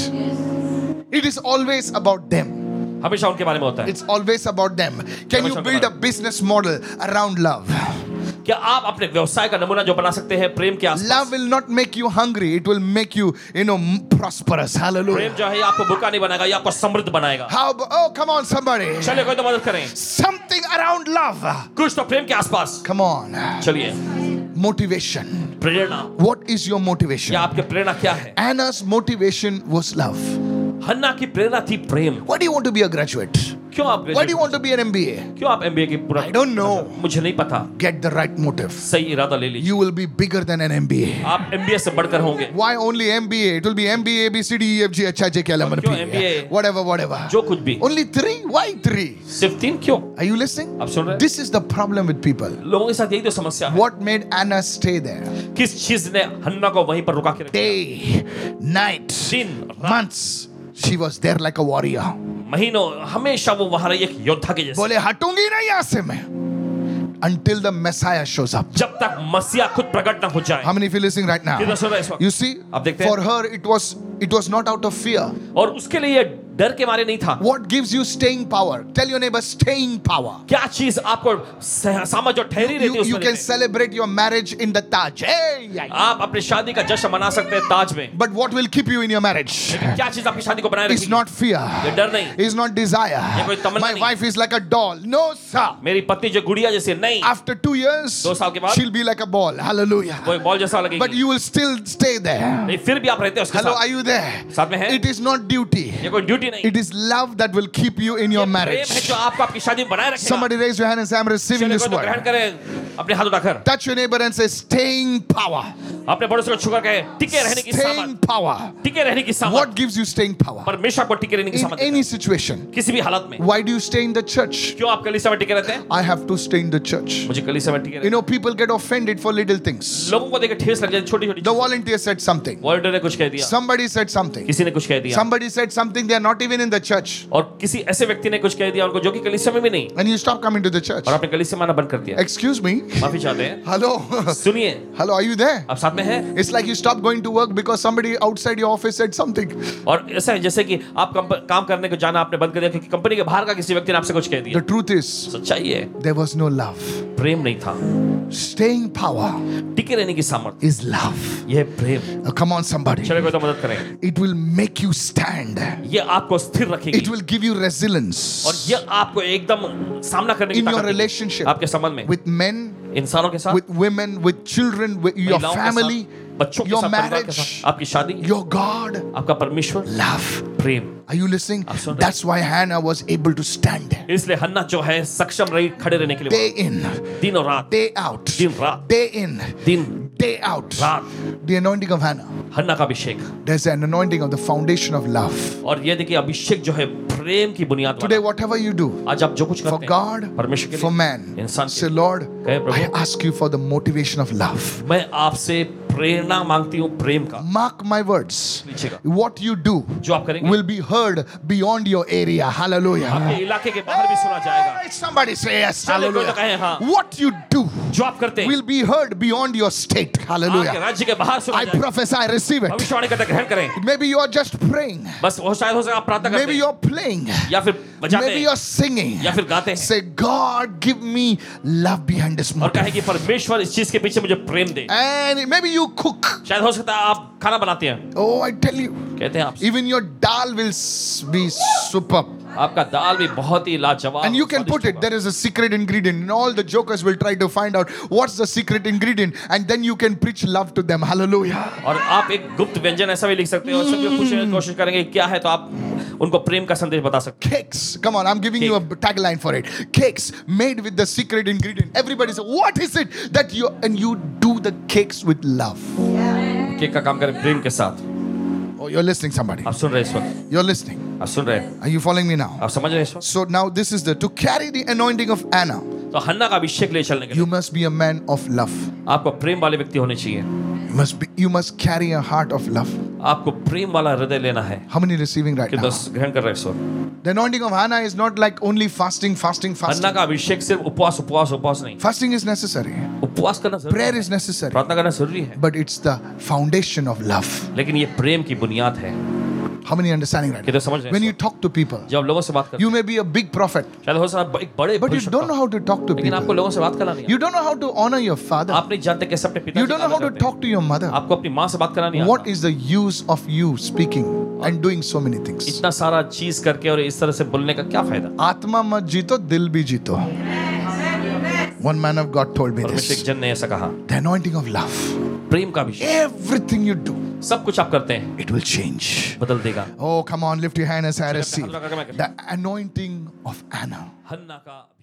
Speaker 1: It is always about them.
Speaker 2: हमेशा उनके बारे में होता है
Speaker 1: It's always about them. Can you build a business model around love?
Speaker 2: क्या आप अपने व्यवसाय का नमूना जो बना सकते हैं प्रेम के
Speaker 1: Love
Speaker 2: आसपास
Speaker 1: will not make you hungry, it will make you, you know, m- prosperous.
Speaker 2: प्रेम
Speaker 1: Hallelujah.
Speaker 2: जो है ये आपको भूखा नहीं बनाएगा ये आपको समृद्ध बनाएगा
Speaker 1: How about, oh, come on, somebody.
Speaker 2: चलिए कोई तो मदद करें
Speaker 1: Something around love.
Speaker 2: कुछ तो प्रेम के आसपास
Speaker 1: Come on.
Speaker 2: चलिए
Speaker 1: Motivation.
Speaker 2: Prerna
Speaker 1: What is your
Speaker 2: या
Speaker 1: motivation?
Speaker 2: आपके प्रेरणा क्या है
Speaker 1: Anna's motivation was love.
Speaker 2: Hannah की प्रेरणा थी प्रेम
Speaker 1: Why do you want to be a graduate?
Speaker 2: क्यों आप
Speaker 1: Why do you
Speaker 2: graduate-
Speaker 1: want to be an MBA?
Speaker 2: क्यों आप एमबीए की पूरा
Speaker 1: I don't know.
Speaker 2: मुझे नहीं पता
Speaker 1: Get the right motive.
Speaker 2: सही इरादा ले लीजिए
Speaker 1: You will be bigger than an MBA.
Speaker 2: आप एमबीए से बढ़कर होंगे
Speaker 1: Why only MBA? It will be MBA, A, B, C, D, E, F, G, H, I, J, K, L, M, N, P.
Speaker 2: क्यों MBA?
Speaker 1: Whatever, whatever.
Speaker 2: जो कुछ भी
Speaker 1: Only three? Why three?
Speaker 2: सिर्फ तीन क्यों
Speaker 1: Are you listening?
Speaker 2: आप सुन रहे हैं?
Speaker 1: This is the problem with people.
Speaker 2: लोगों के साथ यही तो समस्या है
Speaker 1: What made Anna stay there?
Speaker 2: किस चीज ने हन्ना को वहीं पर रुका के रखा
Speaker 1: Day, night,
Speaker 2: दिन
Speaker 1: months. She was there like a warrior.
Speaker 2: महीनों हमेशा वो वहां रही एक योद्धा के जैसे
Speaker 1: बोले हटूंगी नहीं यहाँ से मैं until the Messiah shows up.
Speaker 2: जब तक मसीहा खुद प्रकट ना हो जाए
Speaker 1: How many of you listening right now?
Speaker 2: कितना सुन रहा है इस
Speaker 1: You
Speaker 2: वक्त
Speaker 1: see,
Speaker 2: आप देखते
Speaker 1: for
Speaker 2: हैं?
Speaker 1: her it was it was not out of fear.
Speaker 2: और उसके लिए ये डर के मारे नहीं था
Speaker 1: What gives you staying power? Tell your neighbor staying power.
Speaker 2: क्या चीज आपको सह- समझ और ठहरी रहती है
Speaker 1: You,
Speaker 2: उस
Speaker 1: you
Speaker 2: महीने
Speaker 1: can
Speaker 2: में?
Speaker 1: celebrate your marriage in the Taj. Hey, yeah.
Speaker 2: आप अपनी शादी का जश्न मना सकते हैं ताज में
Speaker 1: But what will keep you in your marriage?
Speaker 2: क्या चीज आपकी शादी को बनाए
Speaker 1: It's
Speaker 2: रखेगी
Speaker 1: not fear.
Speaker 2: ये डर नहीं
Speaker 1: It's not desire.
Speaker 2: कोई तमन्ना
Speaker 1: My
Speaker 2: नहीं।
Speaker 1: wife is like a doll. No, sir.
Speaker 2: मेरी पत्नी जो गुड़िया जैसी है, नहीं
Speaker 1: After two years,
Speaker 2: दो साल के बाद-
Speaker 1: she'll be like a ball. Hallelujah.
Speaker 2: वो एक बॉल जैसा
Speaker 1: But
Speaker 2: लगेगी
Speaker 1: you will still stay there.
Speaker 2: नहीं फिर भी आप रहते हो उसके
Speaker 1: Hello,
Speaker 2: साथ
Speaker 1: are you there?
Speaker 2: साथ में है
Speaker 1: It is not duty.
Speaker 2: ये कोई ड्यूटी नहीं
Speaker 1: It is love that will keep you in
Speaker 2: ये
Speaker 1: your
Speaker 2: प्रेम है
Speaker 1: marriage.
Speaker 2: जो आपको आपकी शादी में बनाए रखेगा
Speaker 1: Somebody raise your hand and say, I'm receiving
Speaker 2: चलिए
Speaker 1: this
Speaker 2: कोई तो ग्रहण
Speaker 1: word.
Speaker 2: करें अपने हाथ उठाकर
Speaker 1: Touch your neighbor and say, staying power.
Speaker 2: अपने बड़ों को छुकर के टिके रहने की
Speaker 1: Staying
Speaker 2: सामर्थ
Speaker 1: power.
Speaker 2: टिके रहने की सामर्थ
Speaker 1: What gives you staying power?
Speaker 2: परमेश्वर को टिके रहने की
Speaker 1: In
Speaker 2: सामर्थ देता
Speaker 1: any situation.
Speaker 2: है। किसी भी हालत में
Speaker 1: Why do you stay in the church?
Speaker 2: क्यों आप कलीसिया में टिके रहते हैं
Speaker 1: I have to stay in the church.
Speaker 2: मुझे कलीसिया में टिके
Speaker 1: You
Speaker 2: रहते
Speaker 1: know, people get offended for little things.
Speaker 2: लोगों को देखकर ठेस लग जाती छोटी छोटी
Speaker 1: The volunteer said something.
Speaker 2: Volunteer ने कुछ कह दिया
Speaker 1: Somebody said something.
Speaker 2: किसी ने कुछ कह दिया
Speaker 1: Somebody said something. They are not even in the church.
Speaker 2: और किसी ऐसे व्यक्ति ने कुछ कह दिया उनको जो कि कलीसिया में भी नहीं
Speaker 1: And you stop coming to the church.
Speaker 2: और आपने कलीसिया में आना बंद कर दिया
Speaker 1: Excuse me.
Speaker 2: माफी चाहते हैं
Speaker 1: Hello.
Speaker 2: सुनिए
Speaker 1: Hello, are you there?
Speaker 2: आप साथ में हैं
Speaker 1: It's like you stop going to work because somebody outside your office said something.
Speaker 2: और ऐसा है जैसे कि आप कंप- काम करने को जाना आपने बंद कर दिया क्योंकि कंपनी के बाहर का किसी व्यक्ति ने आपसे कुछ कह दिया
Speaker 1: The truth is,
Speaker 2: सच्चाई है
Speaker 1: there was no love.
Speaker 2: प्रेम नहीं था
Speaker 1: Staying power
Speaker 2: टिके रहने की सामर्थ
Speaker 1: is love.
Speaker 2: यह है प्रेम
Speaker 1: Oh, come on, somebody.
Speaker 2: चले कोई तो मदद करें
Speaker 1: It will make you stand,
Speaker 2: ये आपको स्थिर
Speaker 1: it
Speaker 2: रखेगी
Speaker 1: will give you
Speaker 2: और
Speaker 1: resilience
Speaker 2: ये आपको एकदम सामना करने की
Speaker 1: In your
Speaker 2: ताकत देगी।
Speaker 1: relationship
Speaker 2: आपके संबंध में
Speaker 1: with men,
Speaker 2: इंसानों के साथ
Speaker 1: with women, with children, with your
Speaker 2: महिलाओं के साथ,
Speaker 1: family,
Speaker 2: बच्चों के
Speaker 1: your
Speaker 2: साथ परिवार के
Speaker 1: marriage, uh,
Speaker 2: साथ आपकी शादी
Speaker 1: your God.
Speaker 2: आपका परमेश्वर
Speaker 1: Love.
Speaker 2: Prem
Speaker 1: Are you listening?
Speaker 2: आप सुन रहे
Speaker 1: That's why Hannah was able to stand
Speaker 2: इसलिए हन्ना जो है सक्षम रही खड़े रहने के लिए
Speaker 1: day in,
Speaker 2: दिन और रात
Speaker 1: day out,
Speaker 2: दिन रात
Speaker 1: day in,
Speaker 2: दिन
Speaker 1: day out.
Speaker 2: रात
Speaker 1: The anointing of Hannah.
Speaker 2: Hannah का अभिषेक
Speaker 1: There's an anointing of the foundation of love.
Speaker 2: और ये देखिए अभिषेक जो है प्रेम की बुनियाद
Speaker 1: Today,
Speaker 2: वाला
Speaker 1: whatever you do,
Speaker 2: आज आप जो कुछ
Speaker 1: for
Speaker 2: करते
Speaker 1: God,
Speaker 2: हैं परमेश्वर के
Speaker 1: for
Speaker 2: लिए
Speaker 1: man.
Speaker 2: इंसान
Speaker 1: Say,
Speaker 2: के
Speaker 1: Lord,
Speaker 2: कहे, प्रभु।
Speaker 1: I ask you for the motivation of love.
Speaker 2: मैं आपसे प्रेरणा मांगती हूँ प्रेम का
Speaker 1: Mark my words.
Speaker 2: लीजिएगा
Speaker 1: What you do
Speaker 2: जो आप करेंगे
Speaker 1: will be heard beyond your area. Hallelujah.
Speaker 2: आपके इलाके के बाहर भी सुना जाएगा
Speaker 1: Hey, somebody say yes.
Speaker 2: चलिए, कोई तो कहे,
Speaker 1: Hallelujah.
Speaker 2: हाँ।
Speaker 1: What you do
Speaker 2: जो आप करते हैं
Speaker 1: will be heard beyond your state.
Speaker 2: आपके
Speaker 1: Hallelujah.
Speaker 2: राज्य के बाहर सुना
Speaker 1: I
Speaker 2: जाएगा
Speaker 1: prophesy, I receive it.
Speaker 2: भविष्यवाणी करते ग्रहण करें
Speaker 1: Maybe you are just praying.
Speaker 2: बस हो शायद हो सके आप प्रार्थना
Speaker 1: Maybe
Speaker 2: करते हैं
Speaker 1: you're playing.
Speaker 2: या फिर बजाते
Speaker 1: Maybe
Speaker 2: हैं
Speaker 1: you're singing.
Speaker 2: या फिर गाते हैं
Speaker 1: Say, God, give me love behind this
Speaker 2: और कहे
Speaker 1: motive.
Speaker 2: कि परमेश्वर इस चीज के पीछे मुझे प्रेम दे
Speaker 1: And maybe you cook.
Speaker 2: शायद हो सकता है आप खाना बनाते हैं
Speaker 1: Oh, I tell you.
Speaker 2: कहते हैं आप
Speaker 1: Even your dal will s- be superb.
Speaker 2: आपका दाल भी बहुत ही लाजवाब
Speaker 1: And you
Speaker 2: और
Speaker 1: can put
Speaker 2: स्वादिष्ट
Speaker 1: it, there is a secret ingredient, and all the jokers will try to find out what's the secret ingredient, and then you can preach love to them. Hallelujah.
Speaker 2: होगा। और आप एक गुप्त व्यंजन ऐसा भी लिख सकते हो और
Speaker 1: Hmm.
Speaker 2: सभी पूछने की कोशिश करेंगे क्या है तो आप उनको प्रेम का संदेश बता सकते
Speaker 1: Cakes. Come on, I'm giving you a tagline for it. Cakes made with the secret ingredient. Everybody say, What is it that you and you do the cakes with love?
Speaker 2: हैं केक का काम करें प्रेम के साथ
Speaker 1: Oh, you're listening, somebody.
Speaker 2: आप सुन रहे हैं इस वक्त
Speaker 1: You're लिस्टिंग
Speaker 2: आप सुन रहे हैं
Speaker 1: Are you following me now?
Speaker 2: आप समझ रहे हैं इस वक्त
Speaker 1: So now this is the to carry the anointing of Anna,
Speaker 2: तो हन्ना का अभिषेक ले चलने के लिए
Speaker 1: you must be a man of love.
Speaker 2: आपको प्रेम वाले व्यक्ति होने चाहिए
Speaker 1: You must be you must carry a heart of love.
Speaker 2: आपको प्रेम वाला हृदय लेना है
Speaker 1: How many receiving right
Speaker 2: कि
Speaker 1: now?
Speaker 2: दस ग्रहण कर रहे हैं इस वक्त
Speaker 1: The anointing of Hannah is not like only fasting, fasting,
Speaker 2: Hannah
Speaker 1: fasting.
Speaker 2: का अभिषेक सिर्फ उपवास उपवास उपवास नहीं
Speaker 1: Fasting is necessary.
Speaker 2: उपवास करना जरूरी
Speaker 1: Prayer
Speaker 2: है
Speaker 1: is necessary.
Speaker 2: प्रार्थना करना जरूरी है
Speaker 1: But it's the foundation of love.
Speaker 2: लेकिन ये प्रेम की बुनियाद है
Speaker 1: How many understanding right
Speaker 2: कि
Speaker 1: now?
Speaker 2: तो समझ रहे
Speaker 1: When
Speaker 2: हैं
Speaker 1: you talk to people,
Speaker 2: जब लोगों से बात करते
Speaker 1: you may be a big prophet,
Speaker 2: हैं, शायद हो सकता है एक बड़े
Speaker 1: but you
Speaker 2: भविष्य
Speaker 1: don't
Speaker 2: का-
Speaker 1: know how to talk to
Speaker 2: लेकिन
Speaker 1: people.
Speaker 2: आपको लोगों से बात करानी है
Speaker 1: You don't know how to honor your father.
Speaker 2: आप नहीं जानते कैसे अपने पिता
Speaker 1: You don't know how to talk to your mother.
Speaker 2: आपको अपनी माँ से बात करानी
Speaker 1: What
Speaker 2: आता
Speaker 1: is the use of you speaking and doing so many things?
Speaker 2: इतना सारा चीज करके और इस तरह से बोलने का क्या फायदा
Speaker 1: आत्मा मत जीतो दिल भी जीतो One man of God told me
Speaker 2: परमेश्वर एक
Speaker 1: this.
Speaker 2: जन ने ऐसा कहा
Speaker 1: The anointing of love.
Speaker 2: प्रेम का अभिषेक
Speaker 1: Everything you do,
Speaker 2: सब कुछ आप करते हैं
Speaker 1: it will change.
Speaker 2: बदल देगा
Speaker 1: Oh, come on, lift your hand as I receive
Speaker 2: हाथ उठाकर मैं
Speaker 1: the anointing of Anna.
Speaker 2: Hannah का